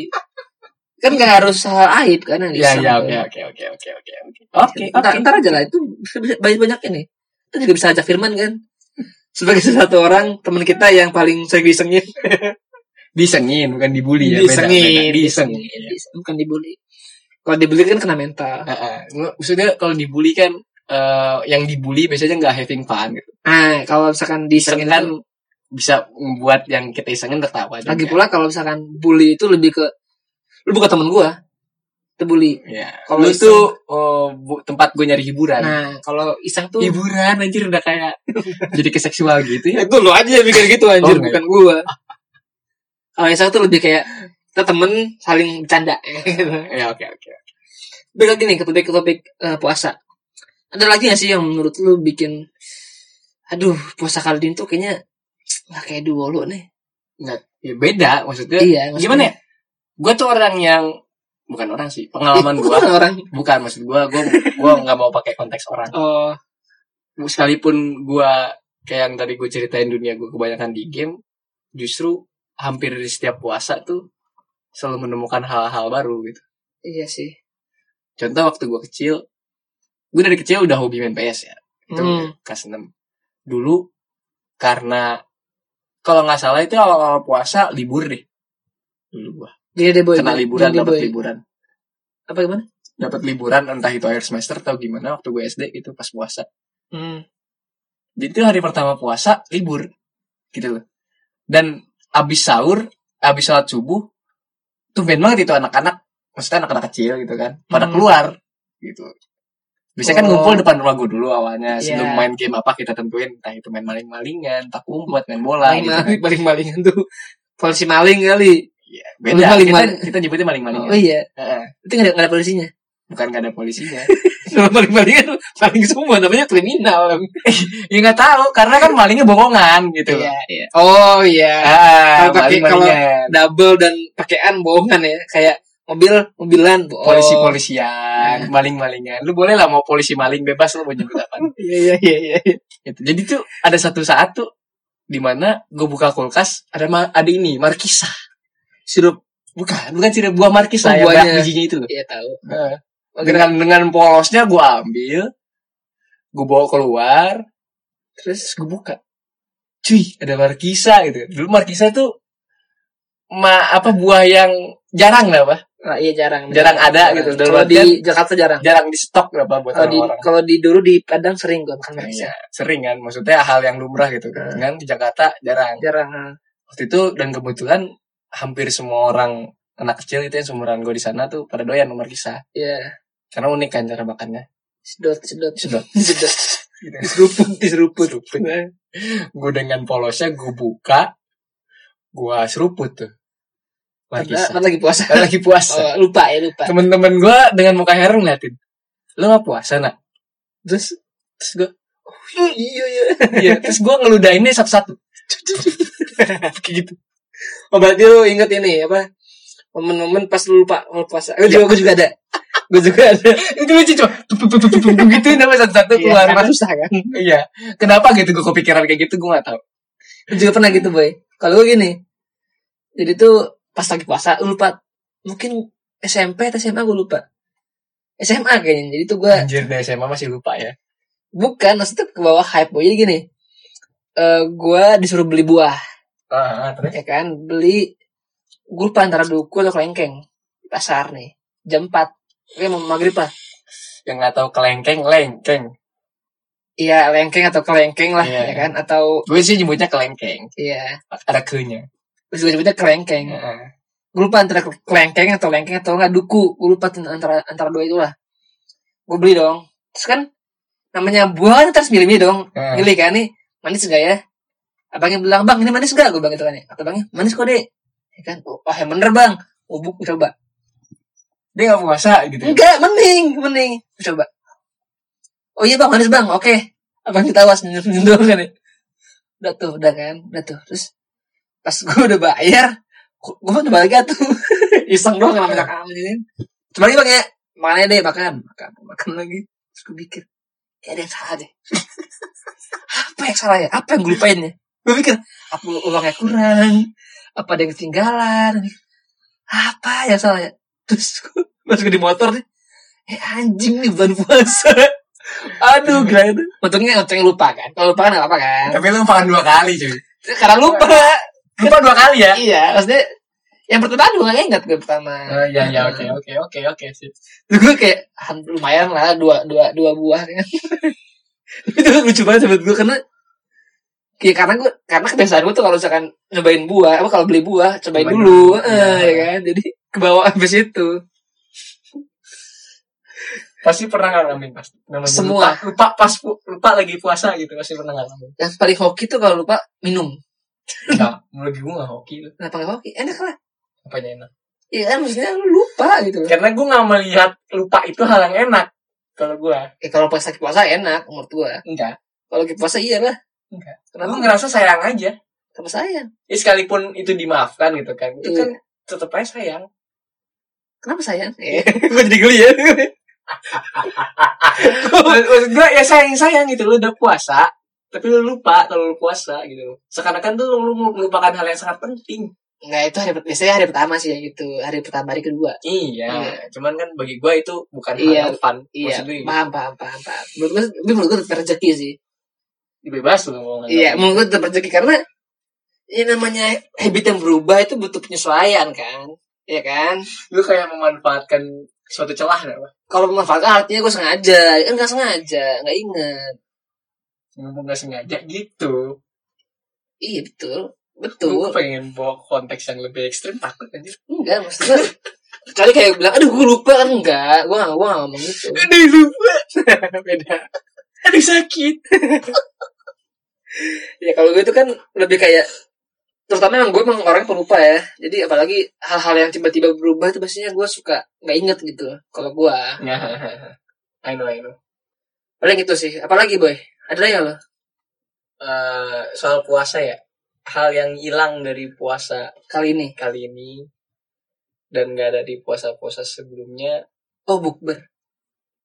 S2: kan gak harus hal aib kan yang
S1: Ya,
S2: iseng
S1: ya,
S2: tuh.
S1: oke, oke, oke, oke, oke, oke. Oke,
S2: Ntar,
S1: oke.
S2: ntar aja lah itu bisa- bisa- banyak-banyak ini. Kita juga bisa ajak Firman kan. Sebagai satu orang teman kita yang paling sering disengin.
S1: Disengin, bukan dibully ya. Beda,
S2: disengin,
S1: beda. Disengin.
S2: disengin, disengin. bukan dibully. Kalau dibully kan kena mental.
S1: Heeh. Maksudnya kalau dibully kan eh, yang dibully biasanya nggak having fun gitu.
S2: Ah, kalau misalkan disengin
S1: Sedangkan
S2: itu,
S1: bisa membuat yang kita isengin tertawa juga.
S2: lagi pula kalau misalkan bully itu lebih ke lu bukan temen gua, itu bully.
S1: Ya.
S2: Kalau
S1: Lu
S2: iseng-
S1: tuh oh, bu- tempat gue nyari hiburan.
S2: Nah, kalau iseng tuh
S1: hiburan anjir udah kayak jadi ke seksual gitu ya.
S2: itu lu aja yang bikin gitu anjir,
S1: Oh,
S2: bukan gua. Kalau iseng tuh lebih kayak kita temen saling bercanda.
S1: ya oke oke.
S2: Balik lagi nih ke topik ke topik eh, puasa. Ada lagi gak sih yang menurut lu bikin aduh puasa kali ini tuh kayaknya nggak kayak dulu lu nih.
S1: Ya beda maksudnya.
S2: Iya, maksudnya-
S1: Gimana ya? Gue tuh orang yang bukan orang sih, pengalaman
S2: Itu
S1: gue
S2: kan orang
S1: bukan maksud gue gue gue nggak mau pakai konteks orang
S2: oh
S1: sekalipun gue kayak yang tadi gue ceritain dunia gue kebanyakan di game justru hampir di setiap puasa tuh selalu menemukan hal-hal baru gitu
S2: iya sih
S1: contoh waktu gue kecil gue dari kecil udah hobi main PS ya itu
S2: Hmm.
S1: kelas 6 dulu karena kalau nggak salah itu awal-awal puasa libur deh dulu gue
S2: dia deh boy
S1: kena
S2: Boy.
S1: liburan
S2: Dia deh,
S1: dapat
S2: boy.
S1: liburan
S2: apa gimana
S1: dapat liburan entah itu akhir semester atau gimana waktu gue SD gitu pas puasa
S2: hmm.
S1: Jadi itu hari pertama puasa libur gitu loh. Dan abis sahur, abis sholat subuh, tumben banget itu anak-anak, maksudnya anak-anak kecil gitu kan, pada
S2: Hmm.
S1: keluar gitu. Biasanya kan
S2: Oh.
S1: ngumpul depan rumah gue dulu awalnya
S2: Iya.
S1: sebelum main game apa kita tentuin, entah itu main maling-malingan, tak umpet, main bola
S2: paling
S1: gitu
S2: maling
S1: kan.
S2: paling malingan tuh polisi maling kali
S1: Iya, beda. kita,
S2: Maling-maling.
S1: kita nyebutnya
S2: oh,
S1: maling-malingan.
S2: iya
S1: Heeh,
S2: itu nggak ada nggak ada polisinya
S1: bukan gak ada polisinya.
S2: kalau maling malingan tuh paling semua namanya kriminal
S1: ya nggak tahu, karena kan malingnya bohongan gitu. loh.
S2: iya iya oh iya
S1: Ah,
S2: Kalau pakai-
S1: maling-malingan.
S2: double dan pakaian bohongan ya kayak mobil mobilan oh.
S1: polisi-polisian, maling-malingan. Lu boleh lah mau polisi maling bebas lu mau nyebut apa.
S2: iya iya iya iya
S1: gitu. Jadi tuh ada satu saat tuh di mana gue buka kulkas ada ma- ada ini markisa.
S2: sirup
S1: Bukan, bukan sirup buah markisa
S2: Oh,
S1: yang
S2: buahnya.
S1: banyak bijinya itu loh.
S2: iya tahu
S1: Heeh.
S2: Oke.
S1: Dengan dengan polosnya gue ambil, gue bawa keluar,
S2: terus
S1: terus gue buka. Cuy, ada markisa gitu. Dulu markisa tuh ma apa buah yang jarang lah apa?
S2: nah, iya jarang
S1: Jarang ada gitu, dalam
S2: kalau di
S1: artian-
S2: Jakarta jarang
S1: Jarang di stok berapa buat
S2: kalau di
S1: orang-orang.
S2: kalau di dulu di Padang sering gua makan merisa
S1: Iya, sering kan maksudnya hal yang lumrah gitu
S2: Hmm.
S1: kan di Jakarta jarang
S2: jarang ah.
S1: waktu itu dan kebetulan hampir semua orang anak kecil itu yang seumuran gue di sana tuh pada doyan nomor kisah
S2: iya
S1: karena unik kan cara makannya
S2: sedot sedot
S1: sudah
S2: sedot seruput diseruput
S1: gue dengan polosnya gue buka gue seruput tuh Nomor
S2: karena
S1: kisah
S2: kan lagi puasa
S1: Karena lagi puasa
S2: Oh, lupa ya lupa
S1: temen-temen gue dengan muka heran ngeliatin lo gak puasa nak
S2: terus
S1: terus gue
S2: oh, iya iya
S1: iya terus gue ngeludainnya satu-satu kayak gitu
S2: oh berarti lu inget ini apa momen-momen pas lu lupa mau puasa gue
S1: Iya.
S2: juga gue juga ada gue juga ada
S1: itu lucu cuma tup, tup, tup, tup, tup, tup, gitu nama satu-satu keluar
S2: Iya, kan susah kan
S1: iya kenapa gitu gue kepikiran kayak gitu gue gak tahu
S2: Lu juga pernah gitu boy kalau gue gini jadi tuh pas lagi puasa lu lupa mungkin SMP atau SMA gue lupa SMA kayaknya jadi tuh gue
S1: anjir dari SMA masih lupa ya
S2: bukan maksudnya ke bawah hype boy jadi gini eh gue disuruh beli buah
S1: ah, ah, terus
S2: ya kan beli gue lupa antara duku atau kelengkeng di pasar nih jam 4 Oke mau maghrib lah
S1: yang gak tahu kelengkeng lengkeng
S2: Iya lengkeng atau kelengkeng lah
S1: Iya.
S2: ya kan atau
S1: gue sih nyebutnya kelengkeng
S2: iya
S1: ada kenya
S2: terus gue nyebutnya kelengkeng
S1: Heeh.
S2: gue lupa antara ke- kelengkeng atau lengkeng atau enggak duku gue lupa tuh antara antara dua itulah gue beli dong terus kan namanya buah kan terus milih-milih dong
S1: Heeh.
S2: milih kan nih manis enggak ya abangnya bilang bang ini manis enggak gue bilang gitu kan ya kata abangnya manis kok deh ya kan wah yang bener bang Ubuk gue coba
S1: dia gak puasa gitu
S2: enggak mending mending Gue coba oh iya bang manis bang oke abang kita awas senyum senyum doang kan ya udah tuh udah kan udah tuh terus pas gue udah bayar gue udah balik tuh iseng doang kan anak anak ini coba lagi bang ya makannya deh makan makan makan lagi terus gue pikir kayak ada yang salah deh apa yang salah ya apa yang gue lupain ya gue pikir apa uangnya kurang apa ada yang ketinggalan apa yang salah ya terus gue pas gue di motor nih eh anjing nih bulan puasa aduh gila
S1: Iya.
S2: itu untungnya untungnya lupa kan kalau lupa kan nggak apa-apa kan
S1: tapi lu makan dua kali cuy
S2: karena lupa
S1: lupa dua kali ya
S2: iya maksudnya yang pertama gue gak ingat gue pertama
S1: Oh, iya iya oke oke oke oke sip.
S2: Terus gue kayak "Han, lumayan lah dua dua dua buah kan itu lucu banget menurut gue karena ya karena gue karena kebiasaan gue tuh kalau misalkan nyobain buah apa kalau beli buah cobain
S1: Cobain dulu,
S2: dulu eh,
S1: iya.
S2: ya kan jadi ke bawah habis itu
S1: pasti pernah ngalamin pasti Namanya
S2: Semua.
S1: lupa, lupa pas pu- lupa lagi puasa gitu pasti pernah ngalamin
S2: yang paling hoki tuh kalau lupa minum
S1: enggak menurut gue gak hoki lu
S2: kenapa gak hoki enak lah
S1: apanya enak
S2: Iya kan maksudnya lu lupa gitu loh.
S1: karena gue gak melihat lupa itu hal yang enak kalau gue
S2: Eh kalau pas lagi puasa enak menurut gua.
S1: enggak
S2: Kalau lagi puasa iyalah.
S1: Enggak.
S2: Kenapa
S1: lu ngerasa sayang aja
S2: Kenapa sayang?
S1: ya sekalipun itu dimaafkan gitu kan itu
S2: Iya.
S1: kan tetep aja sayang
S2: Kenapa sayang? Eh, gua jadi geli ya.
S1: Maksud maksud gua ya sayang sayang gitu lu udah puasa tapi lu lupa kalau lu puasa gitu seakan-akan tuh lu melupakan hal yang sangat penting
S2: Enggak itu hari biasanya hari pertama sih yang gitu. Hari pertama hari kedua.
S1: iya
S2: Iya.
S1: cuman kan bagi gua itu bukan hal
S2: Iya.
S1: yang fun
S2: Iya.
S1: maksud gua ya,
S2: Paham paham paham paham. Menurut gua, tapi menurut gua tetap rezeki sih.
S1: bebas lu mau nganggap
S2: Iya,
S1: gitu.
S2: menurut gua tetap rezeki karena ya namanya habit yang berubah itu butuh penyesuaian kan. Iya kan?
S1: lu kayak memanfaatkan suatu celah nggak apa
S2: Kalau memanfaatkan artinya gua sengaja, kan nggak sengaja, nggak ingat.
S1: ngomong nggak sengaja gitu
S2: Iya betul,
S1: Lu
S2: betul.
S1: pengen bawa konteks yang lebih ekstrim takut anjir
S2: Enggak, maksud gue Kecuali kayak bilang, aduh gue lupa kan enggak Gue gak, gue gak ngomong gitu
S1: aduh lupa beda aduh sakit
S2: Ya kalau gue itu kan lebih kayak Terutama emang gue emang orang pelupa ya Jadi apalagi hal-hal yang tiba-tiba berubah itu biasanya gue suka gak inget gitu Kalau gue
S1: ya I know I know
S2: Paling itu sih, apalagi boy Ada lagi nggak lo?
S1: eh soal puasa ya hal yang hilang dari puasa
S2: Kali ini
S1: kali ini dan nggak ada di puasa-puasa sebelumnya
S2: Oh bukber.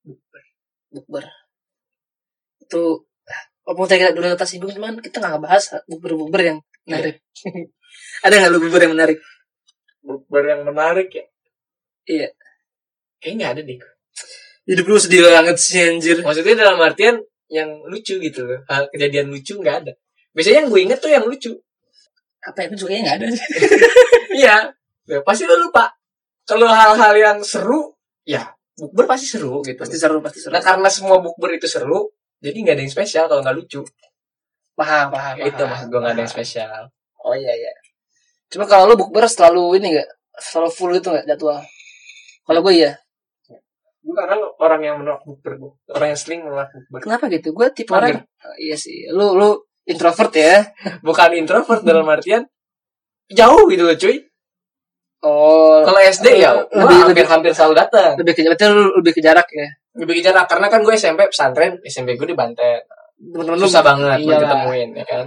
S2: Bukber. Bukber. Itu ah, walaupun tadi kita udah atas singgung cuman kita nggak ngebahas bukber-bukber yang menarik. Iya. Ada nggak lu bukber yang menarik?
S1: bukber yang menarik ya
S2: Iya.
S1: kayaknya nggak ada nih
S2: Hidup lu sedih banget sih anjir.
S1: maksudnya dalam artian yang lucu gitu loh Hal kejadian lucu nggak ada biasanya yang gue inget tuh yang lucu
S2: Apa itu juga nggak ada.
S1: iya ya, pasti lo lupa kalau hal-hal yang seru ya bukber pasti seru gitu
S2: pasti seru pasti seru.
S1: nah karena semua bukber itu seru jadi nggak ada yang spesial kalau nggak lucu
S2: Paham paham.
S1: itu
S2: paham,
S1: maksud gue nggak ada yang
S2: paham.
S1: spesial
S2: Oh iya iya. Cuma kalau lu bukber selalu ini nggak? Selalu full gitu nggak jadwal? Kalau gue iya.
S1: gue karena orang yang menolak bukber gue orang yang sering menolak bukber
S2: Kenapa gitu? Gue tipe
S1: Mager.
S2: orang. Oh, iya sih. Lu lu introvert ya?
S1: bukan introvert dalam artian jauh gitu loh cuy
S2: Oh.
S1: kalau SD ya
S2: Lebih-
S1: gue
S2: lebih-
S1: hampir hampir selalu datang
S2: lebih ke berarti lu lebih ke jarak ya
S1: lebih jarak karena kan gue SMP pesantren SMP gue di Banten
S2: temen-temen lu
S1: susah banget buat
S2: iyalah.
S1: ketemuin ya kan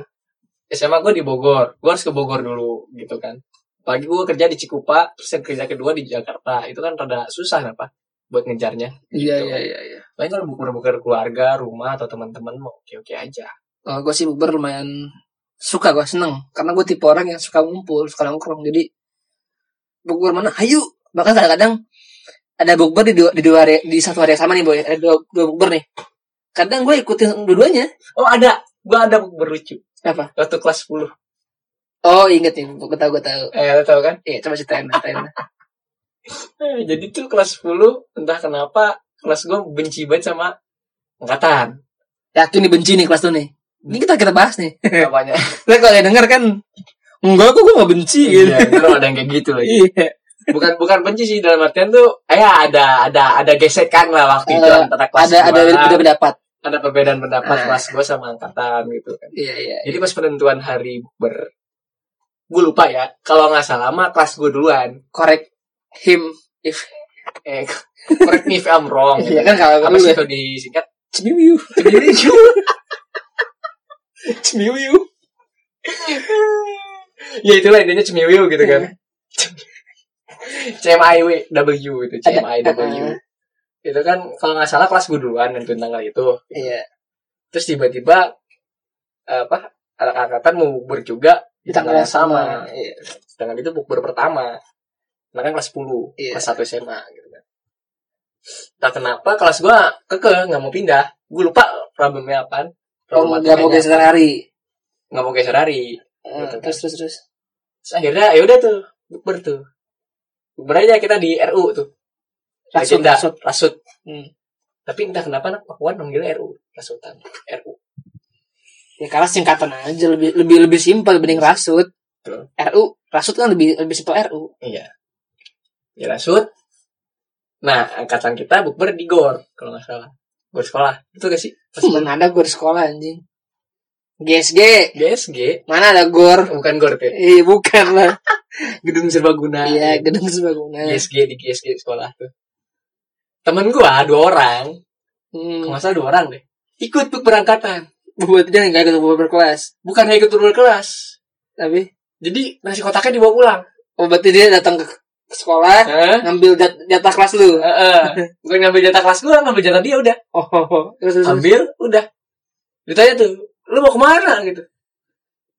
S1: SMA gue di Bogor gue harus ke Bogor dulu gitu kan pagi gue kerja di Cikupa terus yang kerja kedua di Jakarta itu kan rada susah apa buat ngejarnya gitu.
S2: iya iya iya iya
S1: paling kalau buker-buker keluarga rumah atau teman-teman mau oke oke aja
S2: kalau gue sih bukber lumayan suka gue seneng karena gue tipe orang yang suka ngumpul suka nongkrong jadi bukber mana ayo bahkan kadang-kadang ada bukber di dua, di dua hari di satu hari yang sama nih boy ada dua, dua bukber nih kadang gue ikutin dua-duanya
S1: oh ada gue ada bukber lucu
S2: Apa?
S1: waktu kelas 10
S2: oh inget nih gue tau gue tau
S1: eh lo tau kan
S2: iya coba ceritain ceritain
S1: Eh, jadi tuh kelas 10 entah kenapa kelas gue benci banget sama angkatan
S2: yakin dibenci nih kelas Ya, tuh nih ini kita kita bahas nih
S1: apanya
S2: Lah kalau yang denger kan enggak kok gue gak benci gitu
S1: iya itu ada yang kayak gitu lagi
S2: iya
S1: bukan bukan benci sih dalam artian tuh eh ada ada ada gesekan lah waktu itu
S2: Eh,
S1: antara kelas
S2: ada ada
S1: dua.
S2: beda pendapat
S1: ada perbedaan pendapat
S2: Ah.
S1: kelas gue sama angkatan gitu kan
S2: iya iya
S1: jadi pas penentuan hari ber gue lupa ya kalau nggak salah mah kelas gue duluan
S2: correct him if
S1: eh correct me if I'm wrong gitu.
S2: Iya kan kalau
S1: apa
S2: lu
S1: sih
S2: ya.
S1: itu disingkat
S2: cemiwiu
S1: Cemiwiu.
S2: cemiwiu
S1: ya itulah intinya cemiwiu gitu kan CMIW itu
S2: Ada.
S1: CMIW itu kan kalau nggak salah kelas gue duluan nentuin tanggal itu
S2: iya
S1: terus tiba-tiba apa anak angkatan mau bukber juga di tanggal yang sama
S2: iya
S1: sedangkan itu bukber pertama nah kan kelas 10
S2: Iya.
S1: kelas 1 SMA gitu kan tak kenapa kelas gua keke nggak mau pindah gue lupa problemnya apaan
S2: oh
S1: Problem
S2: nggak mau
S1: materinya.
S2: geser hari
S1: nggak mau geser hari
S2: Eh,
S1: Betul.
S2: terus terus terus
S1: Terus akhirnya ya udah tuh bukber tuh bukber aja kita di RU tuh
S2: Rasut,
S1: Legenda,
S2: rasut.
S1: rasut.
S2: Hmm.
S1: tapi entah kenapa anak Pakuan manggilnya RU rasutan RU
S2: ya karena singkatan aja lebih lebih lebih simpel dibanding rasut
S1: Betul.
S2: RU rasut kan lebih lebih simpel RU
S1: Iya. Di Ya, Rasut. Nah, angkatan kita bukber di GOR, kalau nggak salah. GOR sekolah. Itu gak sih? Pas
S2: mana ada gor sekolah anjing GSG
S1: GSG,
S2: mana ada gor
S1: bukan GOR tuh ya.
S2: eh bukan lah
S1: Gedung ya. Serbaguna.
S2: iya gedung sebangunan
S1: GSG di GSG sekolah tuh. Temen gua dua orang, kalau
S2: hmm.
S1: nggak salah dua orang deh. Ikut bukber angkatan.
S2: buat dia nggak ikut bukber kelas
S1: Bukannya ikut bukber kelas.
S2: tapi
S1: Jadi nasi kotaknya dibawa pulang.
S2: oh berarti dia datang ke ke sekolah
S1: Heeh.
S2: ngambil dat- data kelas lu
S1: Heeh. Bukan ngambil jatah kelas gua, ngambil jatah dia udah.
S2: Oh, oh, oh. Terus, terus, terus.
S1: ambil udah ditanya tuh lu mau kemana gitu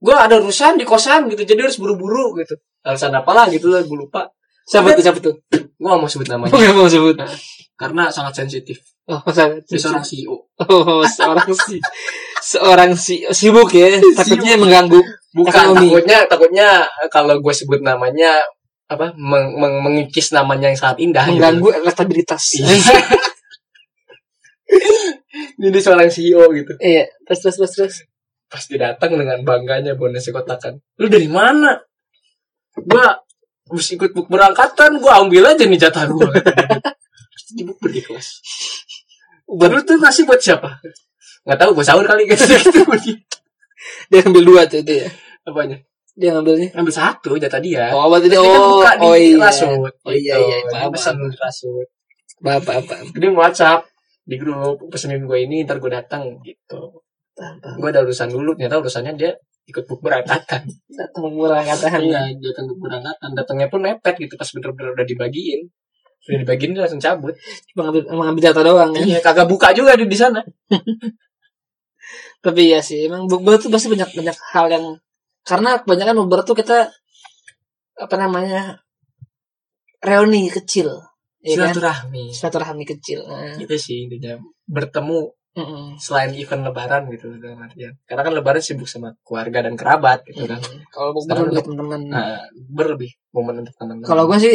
S1: gue ada urusan di kosan gitu jadi harus buru-buru gitu alasan apalah gitu lah gue lupa
S2: siapa tuh siapa tuh?
S1: gue gak mau sebut namanya
S2: Gak mau sebut.
S1: karena sangat sensitif
S2: Oh, salah.
S1: dia seorang E CEO
S2: Oh, seorang si seorang si sibuk ya. Takutnya mengganggu.
S1: bukan
S2: Ekonomi.
S1: takutnya takutnya eh, kalau gue sebut namanya apa meng- meng- mengikis namanya yang sangat indah gitu.
S2: mengganggu elektabilitas.
S1: Iya. jadi seorang CEO gitu
S2: Iya, terus terus terus terus.
S1: pasti datang dengan bangganya bonus kotakan lu dari mana gua harus ikut buk berangkatan gua ambil aja nih jatah gua pasti di bukber di kelas baru tuh nasi buat siapa nggak tahu gua sahur kali gitu
S2: Dia ngambil dua tuh itu ya.
S1: apanya
S2: Dia ngambilnya.
S1: ambil satu jatah dia
S2: Oh, berarti dia
S1: Tapi kan
S2: oh,
S1: buka di
S2: oh iya.
S1: rasut
S2: Oh iya,
S1: gitu.
S2: iya,
S1: Dia
S2: paham,
S1: pesan
S2: paham.
S1: di rasut
S2: Bapak apa?
S1: dia whatsapp di grup pesenin gue ini ntar gue datang gitu gue ada urusan dulu ternyata urusannya dia ikut bukber angkatan
S2: Datang murah katakan.
S1: iya datang bukber angkatan datangnya pun mepet gitu pas bener-bener udah dibagiin udah dibagiin dia langsung cabut
S2: Cuma ngambil, emang ngambil data doang kan.
S1: iya kagak buka juga dia di sana
S2: Tapi iya sih, emang bukber tuh pasti banyak banyak hal yang karena kebanyakan bukber tuh kita apa namanya reuni kecil, ya kan?
S1: silaturahmi
S2: Silaturahmi kecil. Nah,
S1: gitu sih intinya bertemu
S2: mm-mm.
S1: selain event lebaran gitu dalam artian karena kan lebaran sibuk sama keluarga dan kerabat gitu kan
S2: Mm-mm. Kalau bukber
S1: Sekarang
S2: lebih
S1: udah-
S2: teman-teman.
S1: nah, berlebih momen untuk teman-teman
S2: Kalau gue sih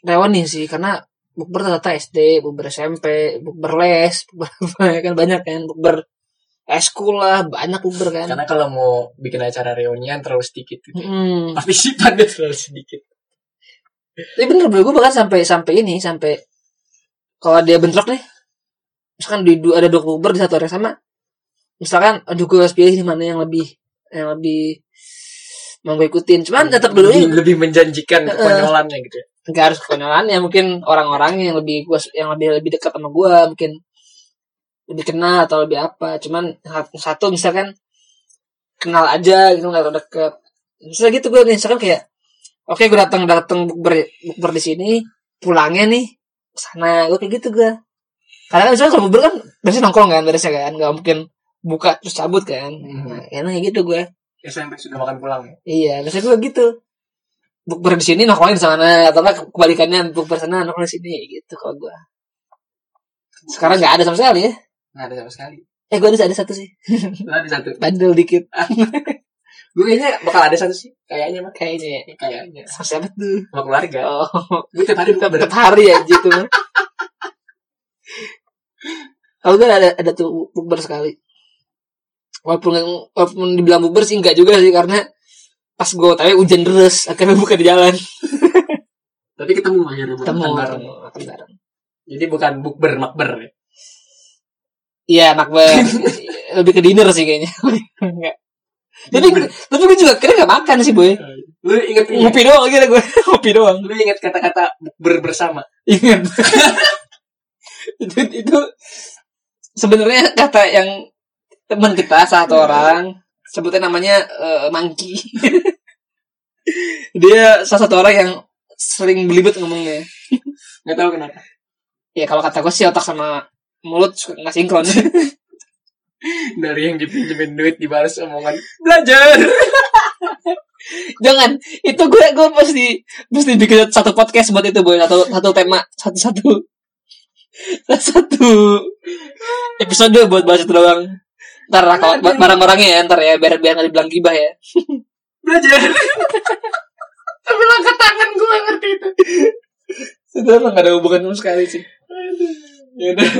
S2: reuni sih karena bukber ternyata SD, bukber SMP, bukber les, bukber apa ya kan banyak kan bukber eskul lah banyak bukber kan.
S1: karena kalau mau bikin acara reunian terlalu sedikit gitu.
S2: Mm-mm.
S1: partisipannya terlalu sedikit
S2: Tapi bener bener gue bahkan sampai sampai ini sampai kalau dia bentrok nih, misalkan di du- ada dua bukber di satu hari yang sama, misalkan aduh gue harus pilih nih mana yang lebih yang lebih mau gue ikutin. Cuman Kan tetap dulu
S1: lebih, lebih menjanjikan
S2: Heeh.
S1: kekonyolannya gitu ya
S2: nggak harus kenalan ya mungkin orang-orang yang lebih gua yang lebih lebih dekat sama gua mungkin lebih kenal atau lebih apa cuman satu- satu misalkan kenal aja gitu nggak terlalu deket misalnya gitu gue nih misalkan kayak oke gue datang datang bukber bukber di sini pulangnya nih ke sana gue kayak gitu gue karena kan misalnya kalau bukber kan biasanya nongkrong kan biasanya kan nggak mungkin buka terus cabut kan nah, karena kayak gitu gue
S1: ya sampai sudah makan pulang ya
S2: Iya, biasanya gue gitu. Bukber di sini nongkrongnya di sana atau enggak kebalikannya bukber sana nongkrong di sini gitu kalau gue. Sekarang nggak ada sama sekali ya.
S1: nggak ada sama sekali
S2: Eh gue ada ada satu sih.
S1: nggak ada satu
S2: Bandel dikit
S1: gue kayaknya bakal ada satu sih kayaknya mah
S2: kayaknya. Iya.
S1: kayaknya
S2: Sama siapa tuh?
S1: sama keluarga
S2: Oh,
S1: gue tiap hari buka
S2: tiap
S1: berat
S2: hari ya gitu. Kalau gue ada ada tuh bukber sekali. Walaupun walaupun dibilang bukber sih enggak juga sih karena pas gue tahu hujan deras akhirnya buka di jalan.
S1: tapi ketemu akhirnya bukan
S2: Ketemu
S1: bareng
S2: ketemu, makan bareng.
S1: jadi bukan bukber makber ya
S2: Iya, makbar. lebih ke dinner sih kayaknya. Enggak. Tapi
S1: Bukber.
S2: tapi gue juga kira gak makan sih boy.
S1: lu inget ini
S2: Ngopi doang kira gue, ngopi doang.
S1: lu inget kata-kata bukber bersama
S2: Ingat. itu itu sebenarnya kata yang teman kita satu orang sebutnya namanya eh, Mangki. Dia salah satu orang yang sering belibet ngomongnya.
S1: nggak tahu kenapa
S2: Ya kalau kata gue sih otak sama mulut suka nggak sinkron.
S1: dari yang dipinjemin duit dibalas omongan belajar
S2: Jangan, itu gue gue pasti pasti bikin satu podcast buat itu boy satu satu tema satu satu satu episode buat bahas itu doang. Ntar lah, kalau buat barang-barangnya ya ntar ya biar biar nggak dibilang gibah ya.
S1: belajar tapi langkah tangan gue ngerti itu
S2: Itu emang gak ada hubungan sama sekali sih.
S1: ya udah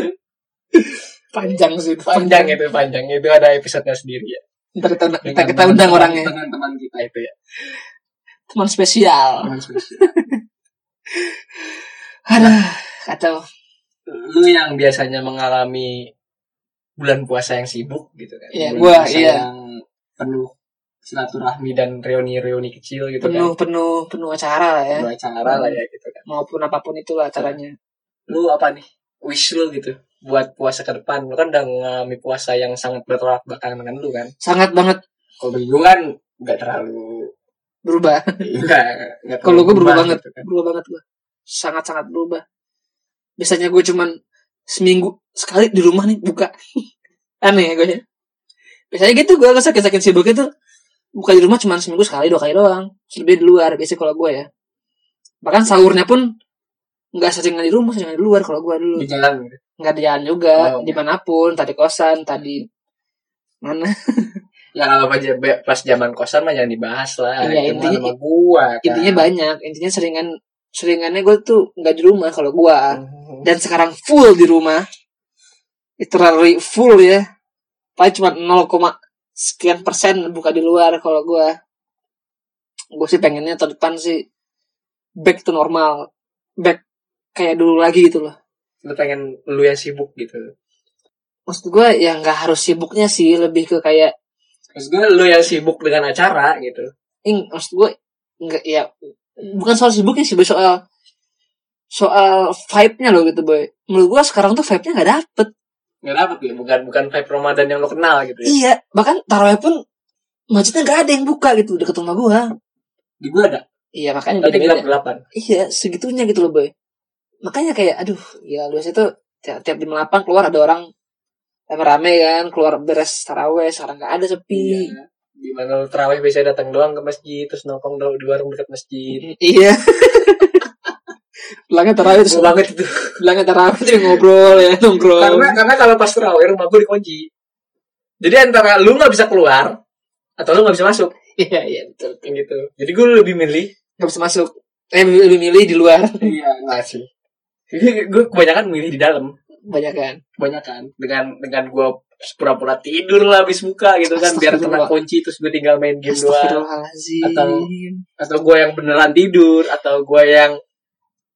S2: Panjang sih. itu,
S1: panjang itu panjang itu ada episode-nya sendiri ya
S2: Ntar kita, kita,
S1: Dengan
S2: kita undang
S1: teman-
S2: orangnya.
S1: teman-teman kita itu ya
S2: Teman spesial.
S1: Teman spesial.
S2: Aduh, kacau.
S1: lu yang biasanya mengalami bulan puasa yang sibuk gitu kan
S2: Iya,
S1: bulan
S2: gua,
S1: puasa
S2: iya.
S1: yang penuh silaturahmi dan reuni-reuni kecil gitu
S2: Penuh penuh penuh acara lah
S1: kan
S2: ya.
S1: penuh acara lah ya gitu kan
S2: Maupun apapun itulah acaranya.
S1: lu apa nih wish lu gitu buat puasa ke depan lu kan udah mengalami puasa yang sangat bertolak belakang dengan lu kan
S2: Sangat banget
S1: kalau bagi gue kan nggak terlalu
S2: berubah.
S1: nggak nggak
S2: Kalau gue berubah
S1: berubah
S2: banget,
S1: gitu kan.
S2: berubah banget gue. Sangat-sangat berubah. Biasanya gue cuman seminggu sekali di rumah nih buka. Aneh ya gue. ya. Biasanya gitu gue kalau sakit-sakit sibuk itu buka di rumah cuman seminggu sekali dua kali doang. Terus Lebih di luar biasanya kalau gue ya. Bahkan sahurnya pun nggak seringan di rumah, seringan di luar kalau gue dulu.
S1: di jalan gitu.
S2: Nggak di jalan juga,
S1: Oh.
S2: dimanapun, tadi kosan, tadi mana
S1: ya kalau pas ja- pas zaman kosan mah jangan dibahas lah itu mah
S2: Iya, intinya-
S1: sama gua kan.
S2: intinya banyak intinya seringan seringannya gue tuh nggak di rumah kalau gue
S1: Mhm.
S2: dan sekarang full di rumah literally full ya paling cuma 0, sekian persen buka di luar kalau gua gue sih pengennya tahun depan sih back to normal back kayak dulu lagi gitu loh
S1: lu pengen lu yang sibuk gitu
S2: maksud gue ya nggak harus sibuknya sih lebih ke kayak
S1: Maksud gue lu yang sibuk dengan acara gitu.
S2: ing maksud gue nggak ya bukan soal sibuknya sih Boy. soal soal vibe-nya loh gitu boy menurut gue sekarang tuh vibe-nya nggak dapet
S1: Nggak dapet ya, bukan bukan vibe Ramadan yang lu kenal gitu ya.
S2: Iya, bahkan Iya, taraweh pun masjidnya nggak ada yang buka gitu deket rumah gua
S1: Di gua ada.
S2: iya makanya
S1: Tapi
S2: beda-beda.
S1: gelap gelapan.
S2: Iya, segitunya gitu loh, Boy. Makanya kayak, aduh, ya biasanya tuh tiap, tiap jam 8 keluar ada orang rame-rame kan, keluar beres taraweh, sekarang nggak ada sepi.
S1: Iya. Di mana lu terawih biasanya datang doang ke masjid terus nongkrong do- di warung dekat masjid.
S2: Iya. Bilangnya taraweh terus
S1: Seru banget itu.
S2: bilangnya taraweh terus ngobrol ya, nongkrong.
S1: karena karena kalau pas terawih rumah gua dikunci. Jadi antara lu nggak bisa keluar atau lu nggak bisa masuk
S2: Iya, iya betul.
S1: kayak gitu. Jadi gua lebih milih.
S2: Gak bisa masuk. Eh lebih, lebih milih di luar
S1: Iya nggak sih. Jadi gua kebanyakan milih di dalam.
S2: banyak kan.
S1: kebanyakan dengan dengan gue pura-pura tidur lah habis buka gitu kan biar kena
S2: Astagfirullah.
S1: kunci terus gue tinggal main game doang
S2: Astagfirullahalazim.
S1: Atau- atau gue yang beneran tidur atau gue yang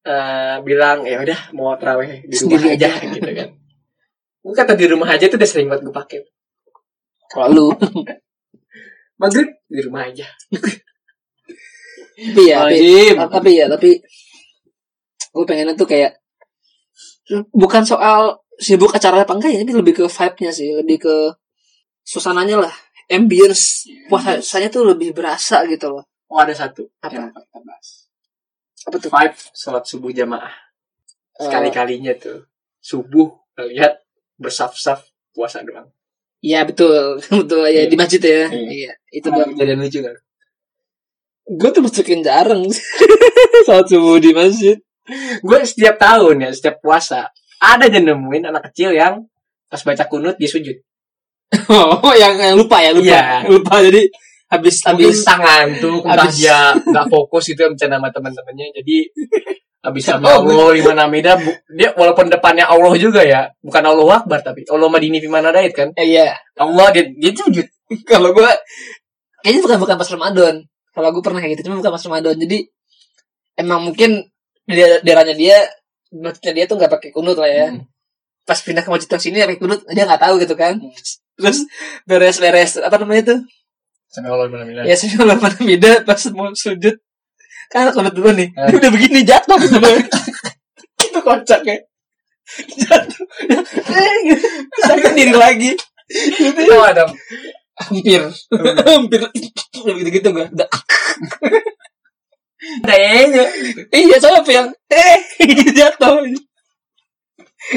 S1: eh, bilang ya udah mau teraweh di rumah
S2: Sendiri
S1: aja
S2: aja.
S1: gitu kan gue kata di rumah aja itu udah sering banget gue pakai
S2: kalau lu.
S1: maghrib di rumah aja
S2: Tapi
S1: Iya,
S2: ya, tapi-
S1: Wajib.
S2: Ta- tapi ya tapi gue pengennya tuh kayak bukan soal sibuk acara apa enggak ya ini lebih ke vibe-nya sih lebih ke suasananya lah ambience puasanya tuh lebih berasa gitu loh
S1: oh ada satu
S2: Apa?
S1: yang lupa kita bahas
S2: apa tuh
S1: five sholat subuh jamaah sekali kalinya tuh subuh lihat bersaf-saf puasa doang
S2: Iya betul betul
S1: Iya.
S2: ya di masjid ya
S1: Iya.
S2: iya itu
S1: itu
S2: doang
S1: kejadian lucu kan
S2: gue tuh masukin jarang saat subuh di masjid
S1: gue setiap tahun ya setiap puasa ada aja nemuin anak kecil yang pas baca kunut dia sujud
S2: oh yang, yang lupa ya lupa
S1: Iya.
S2: lupa jadi habis
S1: mungkin
S2: habis
S1: tangan tuh entah
S2: Abis.
S1: dia nggak fokus gitu ya bercanda sama teman-temannya jadi abis sama
S2: Oh,
S1: Allah lima namida bu- dia walaupun depannya Allah juga ya bukan Allah Akbar tapi Allah Madini Fimana Dait kan
S2: eh, iya
S1: Allah dia, dia sujud
S2: kalau gue kayaknya bukan bukan pas Ramadan kalau gue pernah kayak gitu cuma bukan pas Ramadan jadi emang mungkin di daerahnya dia masjidnya dia tuh nggak pakai kunut lah ya
S1: Hmm.
S2: pas pindah ke masjid yang sini pakai kunut dia nggak tahu gitu kan terus beres-beres apa namanya tuh
S1: sama Allah lima namida
S2: ya sih kalau pada beda pas mau sujud kan kunut dulu nih
S1: Eh.
S2: dia udah begini jatuh gitu
S1: itu kocak ya
S2: Eh, gitu. Sakit diri lagi
S1: itu ada
S2: hampir hampir gitu-gitu gue
S1: kayaknya
S2: Iya soalnya apa yang eh jatuh.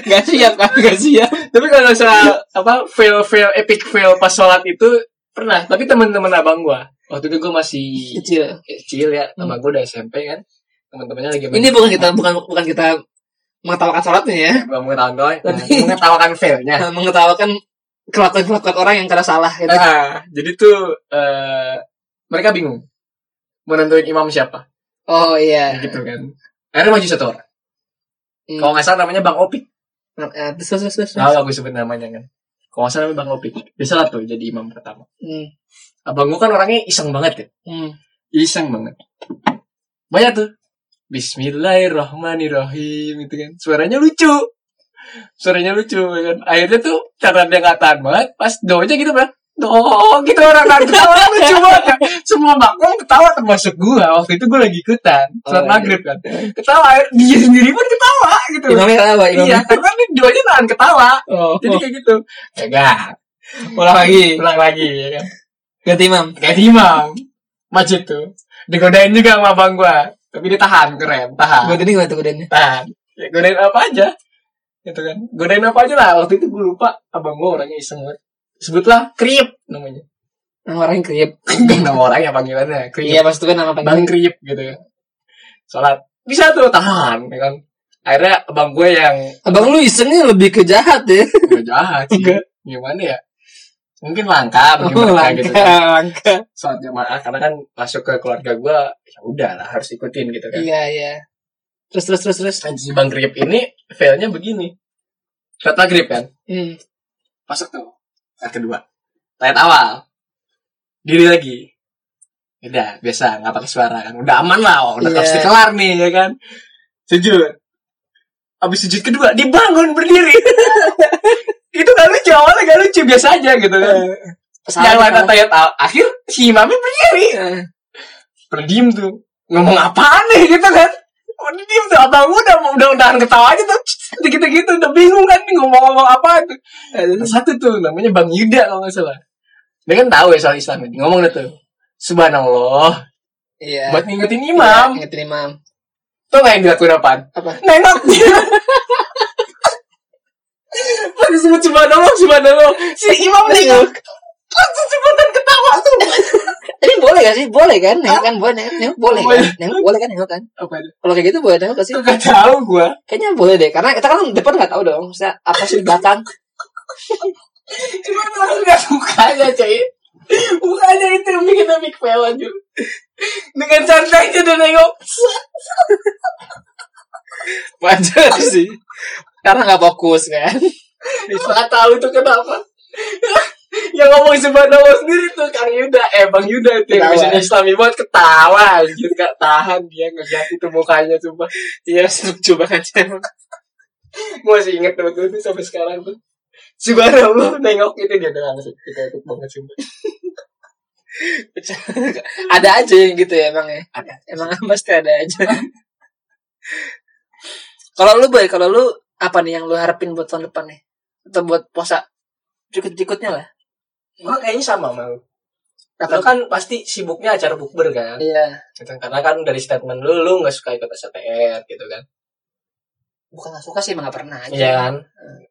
S2: Gak siap kan? Gak siap.
S1: tapi kalau soal apa fail fail epic fail pas sholat itu pernah tapi teman-teman abang gua waktu itu gua masih
S2: Kecil.
S1: kecil ya sama gue udah SMP kan teman-temannya lagi main
S2: Ini bukan kita bukan bukan kita mengetawakan sholatnya ya,
S1: gue mengetawakan mengetawakan failnya
S2: Iya. mengetawakan kelakuan kelakuan orang yang karena salah gitu.
S1: Ah, jadi tuh eh, mereka bingung mau nentuin imam siapa
S2: Oh iya.
S1: gitu kan akhirnya maju satu orang
S2: Hmm.
S1: kalau nggak salah namanya Bang Opik
S2: Eh, Terus terus terus. terus.
S1: tahu aku sebut namanya kan kalau nggak salah namanya Bang Opik bisa lah tuh jadi imam pertama
S2: Hmm.
S1: abang gue kan orangnya iseng banget ya
S2: Hmm.
S1: iseng banget banyak tuh Bismillahirrahmanirrahim itu kan suaranya lucu suaranya lucu ya kan akhirnya tuh cara dia nggak tahan banget pas doanya gitu bang Oh gitu orang orang ketawa lucu banget kan. Semua makmum ketawa termasuk gua Waktu itu gua lagi ikutan Sholat
S2: Oh, iya.
S1: maghrib kan Ketawa Dia sendiri pun ketawa gitu
S2: Imamnya kenapa?
S1: Iya
S2: Imamnya.
S1: karena dia doanya nahan ketawa
S2: Oh.
S1: Jadi kayak gitu Kagak
S2: Ulang lagi.
S1: Ulang lagi ya kan
S2: Ganti imam.
S1: Kayak imam Masjid tuh Digodain juga sama abang gua Tapi ditahan keren Tahan
S2: Buat ini gimana tuh kudennya?
S1: Tahan ya, Godain apa aja Gitu kan Godain apa aja lah Waktu itu gue lupa Abang gua orangnya iseng banget Sebutlah Kriep namanya
S2: Nama orang yang kriep.
S1: Nama orangnya panggilannya
S2: Iya
S1: Kriep
S2: maksud gue nama
S1: Bang
S2: panggil.
S1: Kriep gitu kan Sholat Bisa tuh tahan ya kan Akhirnya abang gue yang
S2: Abang lu isengnya lebih ke jahat ya.
S1: Gak jahat sih
S2: Enggak.
S1: Gimana ya Mungkin langka bagi
S2: Oh,
S1: mereka
S2: langka,
S1: gitu kan
S2: langka.
S1: Sholat jamaah Karena kan masuk ke keluarga gue ya udah lah harus ikutin gitu kan
S2: Iya iya. Terus terus terus terus.
S1: Dan si Bang Grip ini failnya begini. Kata Grip kan,
S2: Hmm.
S1: masuk tuh. Yang kedua. Lihat awal. Diri lagi. Udah, biasa, nggak pakai suara kan. Udah aman lah, oh. udah
S2: Iya.
S1: pasti kelar nih, ya kan. Sujud. Abis sujud kedua, dibangun berdiri. itu gak lucu, awalnya gak lucu, biasa aja gitu kan. Yang lain
S2: Salah.
S1: tayat awal, akhir si imamnya berdiri.
S2: Eh,
S1: Berdiem tuh. Ngomong apaan nih gitu kan. Udah diem tuh, abang gua udah, udah udahan ketawa aja tuh. Gitu-gitu, udah bingung kan nih ngomong-ngomong apa tuh.
S2: aduh.
S1: Ada satu tuh namanya Bang Yuda kalau nggak salah. Dia kan tahu ya soal Islam ini. Ngomong deh tuh. Subhanallah.
S2: Iya.
S1: Buat ngikutin
S2: Iya,
S1: imam.
S2: Ingetin imam.
S1: Tuh nggak yang dilakuin apaan?
S2: Apa?
S1: Nengok dia. Pas disebut subhanallah, subhanallah. Si imam
S2: Iya.
S1: nengok. Langsung cepetan ketawa tuh.
S2: Tapi boleh gak sih? Boleh kan? Nengok kan boleh, nengok, nengok boleh kan?
S1: Boleh. kan?
S2: Nengok boleh kan? Nengok kan?
S1: Apa itu?
S2: Kalau kayak gitu boleh nengok gak sih?
S1: Tuh gak tau gue.
S2: Kayaknya boleh deh, karena kita kan depan nggak tahu dong, maksudnya apa sih di belakang?
S1: Cuma terus gak mukanya cuy. Mukanya itu yang bikin Amik fail anjir. Dengan santainya dia nengok.
S2: Wajar sih, karena nggak fokus kan?
S1: Gak tahu itu kenapa. yang ngomong subhanallah sendiri tuh Kang Yuda eh Bang Yuda itu yang
S2: Ketawa.
S1: biasanya islami banget ketawa anjir gak tahan dia ngeliat itu mukanya sumpah
S2: Iya, lucu banget sih. emang.
S1: gue masih inget temen gue tuh sampai sekarang tuh subhanallah nengok itu dia tuh langsung kita ikut banget sumpah
S2: ada aja yang gitu ya emang ya. Emang pasti ada aja. kalau lu boy, kalau lu apa nih yang lu harapin buat tahun depan nih? Atau buat puasa ikut-ikutnya lah.
S1: gue kayaknya sama mau
S2: Apa?
S1: kan pasti sibuknya acara bukber kan
S2: Iya,
S1: karena kan dari statement lu lu nggak suka ikut STR gitu kan
S2: bukan nggak suka sih, emang nggak pernah aja.
S1: Iya kan?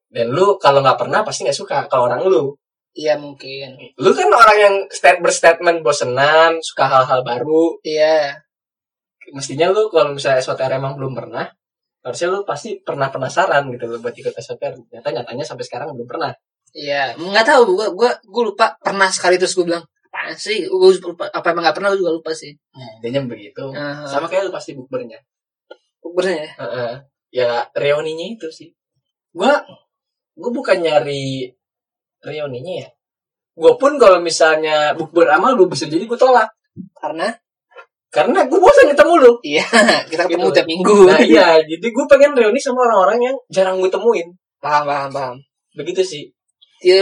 S1: Dan lu kalau nggak pernah pasti nggak suka kalau orang lu.
S2: Iya mungkin.
S1: Lu kan orang yang stat berstatement bosenan, suka hal-hal baru.
S2: Iya,
S1: Mestinya lu kalau misalnya SOTR emang belum pernah, harusnya lu pasti pernah penasaran gitu lu buat ikut SOTR. Ternyata nyatanya sampai sekarang belum pernah.
S2: iya. Nggak tahu, gua gua gua lupa pernah sekali terus gua bilang apaan sih? Gua lupa, apa emang nggak pernah? Gua juga lupa sih.
S1: Nah, jadinya begitu.
S2: Heeh.
S1: Sama kayak lu pasti bukbernya.
S2: Bukbernya ya?
S1: Heeh. Ya reuninya itu sih. Gua gua bukan nyari reuninya ya. Gua pun kalau misalnya bukber amal lu bisa jadi gua tolak.
S2: Karena
S1: Karena gua bosan ketemu lu.
S2: iya, kita ketemu
S1: Gitu.
S2: tiap minggu.
S1: Nah, iya, jadi gue pengen reuni sama orang-orang yang jarang gue temuin.
S2: Paham, paham, paham.
S1: Begitu sih.
S2: Iya,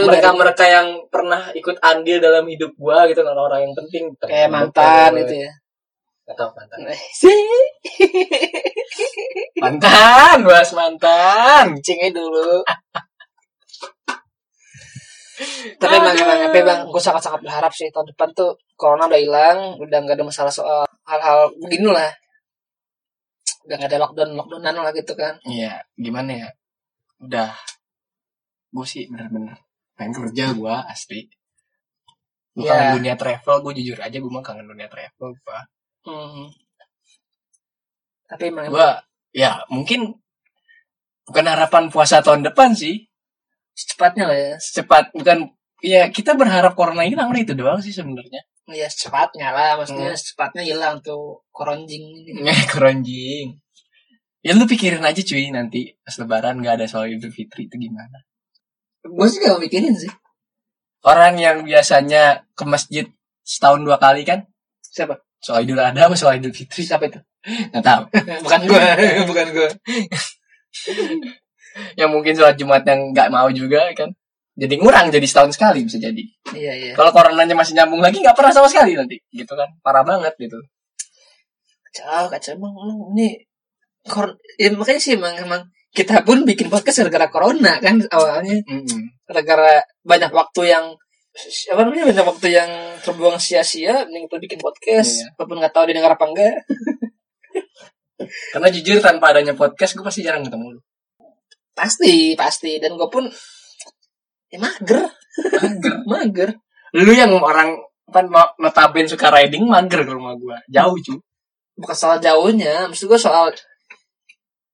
S1: Ya,
S2: lu dari-
S1: Mereka-mereka yang pernah ikut andil dalam hidup gue gitu, orang-orang yang penting.
S2: kayak mantan gitu ya.
S1: Gak tau mantan.
S2: Sih,
S1: Mantan, bahas mantan.
S2: cingnya dulu. Tapi emang, emang, tapi emang, gue sangat-sangat berharap sih tahun depan tuh corona udah hilang, udah nggak ada masalah soal hal-hal begini lah. Udah nggak ada lockdown, lockdownan lah gitu kan.
S1: Iya, gimana ya? Udah. Gue sih bener-bener pengen kerja gue, asli. Gue
S2: Iya.
S1: kangen dunia travel, gue jujur aja gue mah kangen dunia travel gue.
S2: Hmm. Tapi emang,
S1: Gue, ya mungkin bukan harapan puasa tahun depan sih.
S2: secepatnya lah ya.
S1: secepat bukan ya kita berharap corona hilang udah itu doang sih sebenarnya
S2: Ya secepatnya lah, maksudnya secepatnya hilang tuh koronjing ini.
S1: keronjing ya lu pikirin aja cuy nanti pas lebaran nggak ada soal idul fitri itu gimana
S2: Gue sih gak mikirin sih.
S1: orang yang biasanya ke masjid setahun dua kali kan
S2: Siapa?
S1: soal idul adha sama soal idul fitri
S2: Siapa itu?
S1: nggak tahu
S2: bukan gue, bukan gue.
S1: yang Ya mungkin sholat jumat yang nggak mau juga kan jadi ngurang jadi setahun sekali bisa jadi
S2: Iya iya.
S1: kalau coronanya masih nyambung lagi nggak pernah sama sekali nanti gitu kan parah banget gitu
S2: Kacau, kacau emang, emang ini kor ya, makanya sih emang emang kita pun bikin podcast gara-gara corona kan awalnya
S1: Mm-mm.
S2: gara-gara banyak waktu yang apa namanya banyak waktu yang terbuang sia-sia mending kita bikin podcast
S1: Iya.
S2: walaupun nggak tahu didengar apa enggak
S1: karena jujur tanpa adanya podcast gue pasti jarang ketemu lu
S2: pasti pasti dan gue pun ya mager mager
S1: lu yang orang apa no- notaben suka riding mager ke rumah gua jauh cu
S2: bukan soal jauhnya maksud gue soal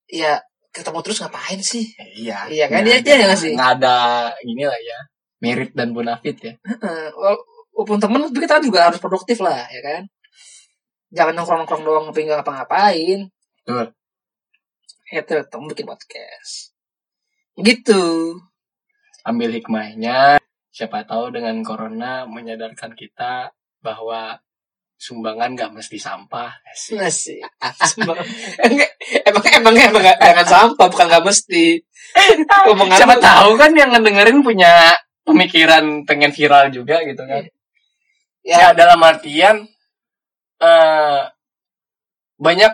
S2: ya ketemu terus ngapain sih
S1: iya
S2: Iya kan,
S1: Nggak
S2: dia- dia
S1: ada-
S2: nggak sih?
S1: nggak ada ini lah ya merit dan bonafit ya
S2: Heeh, wal- walaupun temen tapi kita juga harus produktif lah ya kan jangan nongkrong nongkrong doang tapi nggak ngapa-ngapain
S1: Betul.
S2: ya tuh tuh, bikin podcast gitu
S1: ambil hikmahnya siapa tahu dengan corona menyadarkan kita bahwa sumbangan nggak mesti sampah
S2: masih enggak emang emang emang nggak- jangan sampah bukan nggak mesti Omongan
S1: siapa
S2: lu-
S1: tahu kan yang ngedengerin punya pemikiran pengen viral juga gitu kan ya,
S2: ya
S1: dalam artian eh banyak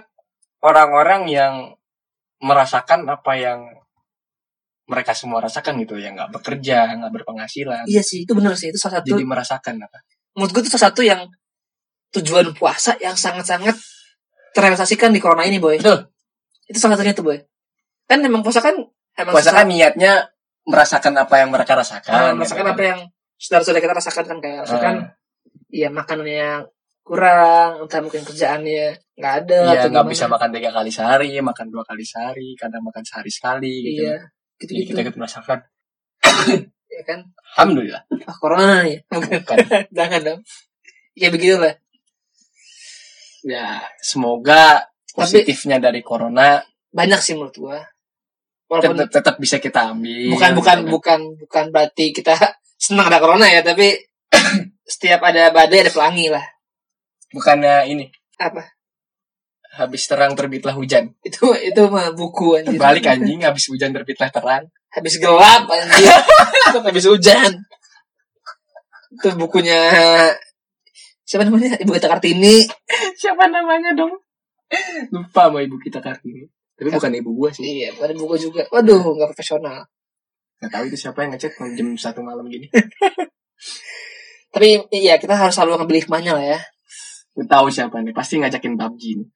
S1: orang-orang yang merasakan apa yang mereka semua rasakan gitu yang nggak bekerja nggak berpenghasilan
S2: Iya sih, itu benar sih. Itu salah satu
S1: jadi merasakan apa
S2: menurut gue itu salah satu yang tujuan puasa yang sangat-sangat terrealisasikan di corona ini, boy.
S1: Betul.
S2: Itu salah satunya tuh, boy. Kan emang puasa kan emang
S1: puasa
S2: sesuatu-
S1: kan niatnya merasakan apa yang mereka rasakan
S2: Ah,
S1: gitu
S2: merasakan
S1: kan.
S2: apa yang saudara-saudara kita rasakan kan kayak
S1: Ah,
S2: rasakan ya makanannya kurang, entah mungkin kerjaannya nggak ada
S1: iya
S2: atau
S1: nggak
S2: gimana.
S1: bisa makan tiga kali sehari makan dua kali sehari kadang makan sehari sekali gitu
S2: Iya,
S1: jadi
S2: gitu-gitu.
S1: kita ikut merasakan
S2: Ya kan?
S1: alhamdulillah
S2: Ah, corona ya. Bukan.
S1: Bukan.
S2: Jangan dong. Ya begitulah.
S1: ya semoga
S2: Tapi-
S1: positifnya dari corona
S2: Banyak sih menurut gua. Walaupun
S1: tetap, tetap bisa kita ambil
S2: bukan bukan
S1: gitu kan.
S2: bukan bukan berarti kita senang ada corona ya tapi setiap ada badai ada pelangi lah
S1: bukannya ini
S2: apa
S1: habis terang terbitlah hujan
S2: itu itu mah buku anjir
S1: balik anjing habis hujan terbitlah terang
S2: habis gelap anjir Tetap habis hujan itu bukunya siapa namanya ibu kita kartini
S1: siapa namanya dong lupa sama ibu kita kartini tapi bukan ibu gua sih
S2: iya ada buku juga waduh nggak profesional
S1: nggak tahu itu siapa yang ngechat jam satu malam gini
S2: tapi iya kita harus selalu ngambil hikmahnya lah ya
S1: Gue tahu siapa nih, pasti ngajakin PUBG nih.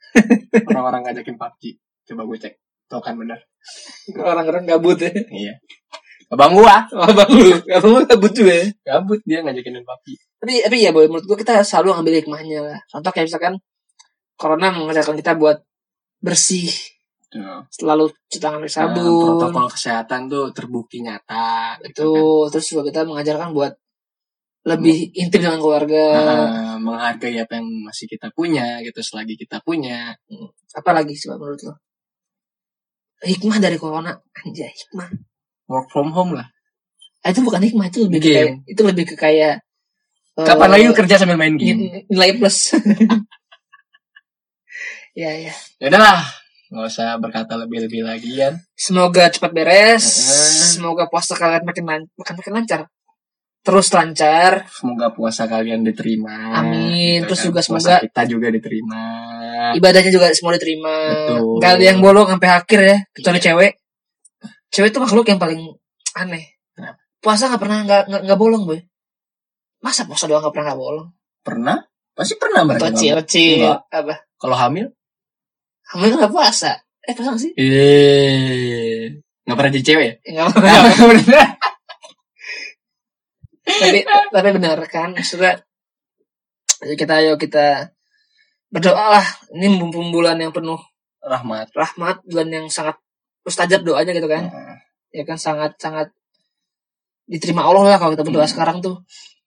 S1: Orang-orang ngajakin PUBG. Coba gue cek. Tuh kan bener.
S2: orang-orang gabut ya
S1: Iya. Abang gua
S2: abang lu abang lu gabut juga ya
S1: gabut dia ngajakin main PUBG.
S2: tapi tapi ya boy menurut gua kita selalu ngambil hikmahnya lah contoh kayak misalkan corona mengajarkan kita buat bersih
S1: Tuh.
S2: selalu cuci tangan
S1: Nah,
S2: pakai sabun
S1: protokol kesehatan tuh terbukti nyata
S2: itu
S1: gitu kan.
S2: terus juga kita mengajarkan buat lebih intim dengan keluarga
S1: Iya. Nah, menghargai apa yang masih kita punya gitu selagi kita punya
S2: apa lagi coba menurut lo hikmah dari corona anjay hikmah
S1: work from home lah
S2: Ah, itu bukan hikmah itu lebih ke
S1: Game.
S2: kayak itu lebih ke kayak eh,
S1: kapan lagi lu kerja sambil main game
S2: ni- nilai plus ya ya
S1: ya udahlah nggak usah berkata lebih-lebih lagi kan
S2: Semoga cepat beres.
S1: Heeh.
S2: Semoga puasa kalian makin lan makin makin lancar. Terus lancar.
S1: semoga puasa kalian diterima Gitu kan.
S2: Amin. Terus juga
S1: puasa
S2: semoga-
S1: kita juga diterima
S2: Ibadahnya juga semua diterima.
S1: Betul. Iya.
S2: Gak ada yang bolong sampai akhir ya, kecuali cewek. Cewek itu makhluk yang paling aneh.
S1: Kenapa?
S2: Puasa nggak pernah nggak nggak- nggak bolong, boy. Masa puasa doang nggak pernah nggak bolong?
S1: pernah pasti pernah mereka
S2: Kecil, kecil.
S1: Enggak.
S2: Apa?
S1: kalau hamil
S2: Kamu kan nggak puasa? Eh, puasa nggak sih?
S1: Eh, nggak pernah jadi cewek ya?
S2: Eh, nggak apa-apa. tapi tapi benar kan maksudnya ayo kita ayo kita berdoa lah ini mumpung bulan yang penuh
S1: Rahmat.
S2: rahmat bulan yang sangat mustajab doanya gitu kan
S1: Nah,
S2: ya kan sangat sangat diterima Allah lah kalau kita berdoa
S1: Hmm.
S2: sekarang tuh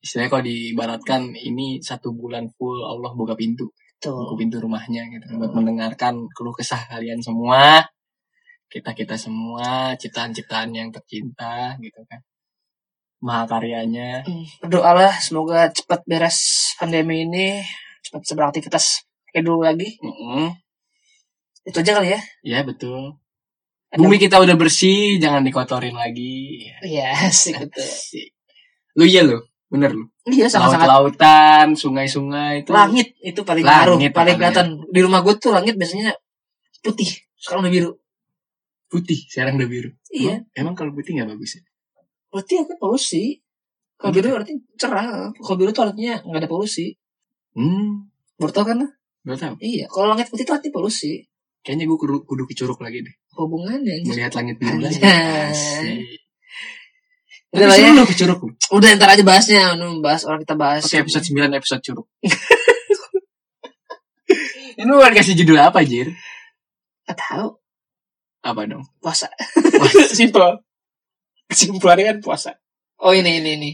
S1: Istilahnya kalau diibaratkan ini satu bulan full Allah buka pintu, buka
S2: tuh
S1: pintu rumahnya gitu buat mendengarkan keluh kesah kalian semua, kita kita semua ciptaan-ciptaan yang tercinta gitu kan, maha karyanya.
S2: Hmm, berdoalah semoga cepat beres pandemi ini cepat beraktivitas kayak dulu lagi
S1: Mm-mm.
S2: itu aja kali ya
S1: Ya betul.
S2: Ada-
S1: Bumi kita udah bersih, jangan dikotorin lagi. Ya.
S2: iya asik gitu
S1: Asik. Lu iya lu, bener lu.
S2: iya sangat sangat
S1: Laut-lautan, sungai-sungai itu.
S2: langit itu paling ngaruh
S1: Langit,
S2: paling
S1: makanya.
S2: kelihatan di rumah gue tuh langit biasanya putih sekarang udah biru
S1: putih sekarang udah biru
S2: iya
S1: emang, emang kalau putih nggak bagus ya
S2: berarti aku polusi kalau
S1: Gitu.
S2: biru berarti cerah kalau biru tuh artinya nggak ada polusi
S1: hmm
S2: baru tau kan
S1: gak tau
S2: Iya, kalau langit putih itu artinya polusi.
S1: kayaknya gue kudu, kudu ke Curug lagi deh
S2: Hubungannya. anjir.
S1: melihat langit biru lagi
S2: Anjay.
S1: Asik.
S2: Iya.
S1: tapi
S2: Udah lah ya.
S1: seru lu ke Curug lu. oke
S2: Udah ntar aja bahasnya, nu bahas orang kita bahas.
S1: episode 9 episode Curug ini lu akan kasih judul apa Jir
S2: Nggak tahu
S1: apa dong
S2: puasa.
S1: Puasa.
S2: Simpel. Kesimpulannya kan puasa. Oh ini ini ini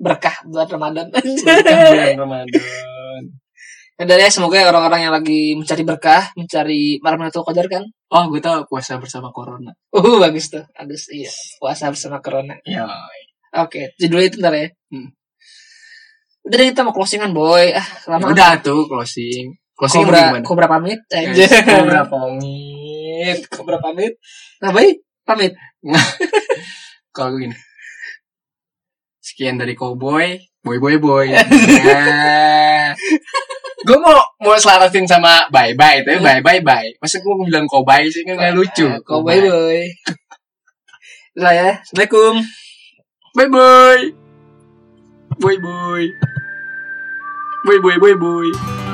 S2: berkah bulan Ramadan.
S1: bulan Ramadan
S2: Dan ya semoga orang-orang yang lagi mencari berkah, mencari malam Lailatul Qadar kan.
S1: oh gue tau puasa bersama corona
S2: Uh bagus tuh, bagus iya. Puasa bersama Corona.
S1: ya
S2: Oke, judulnya itu ntar ya.
S1: Hmm.
S2: Udah deh, kita mau closingan boy. Ah,
S1: ya
S2: lama
S1: udah tuh closing closing lu
S2: Kobra,
S1: gimana
S2: kobra pamit. Eh,
S1: Guys,
S2: Anjir.
S1: Kobra pamit Kobra pamit
S2: Nah, baik, pamit.
S1: kalau gue gini sekian dari cowboy boy boy boy Ya. gue mau mau selaratin sama bye bye tapi
S2: Eh,
S1: bye bye bye masa gue bilang cowboy sih kan nggak lucu
S2: Kobay boy. Saya, ya, Assalamualaikum.
S1: Bye bye. Bye bye. Bye bye bye bye.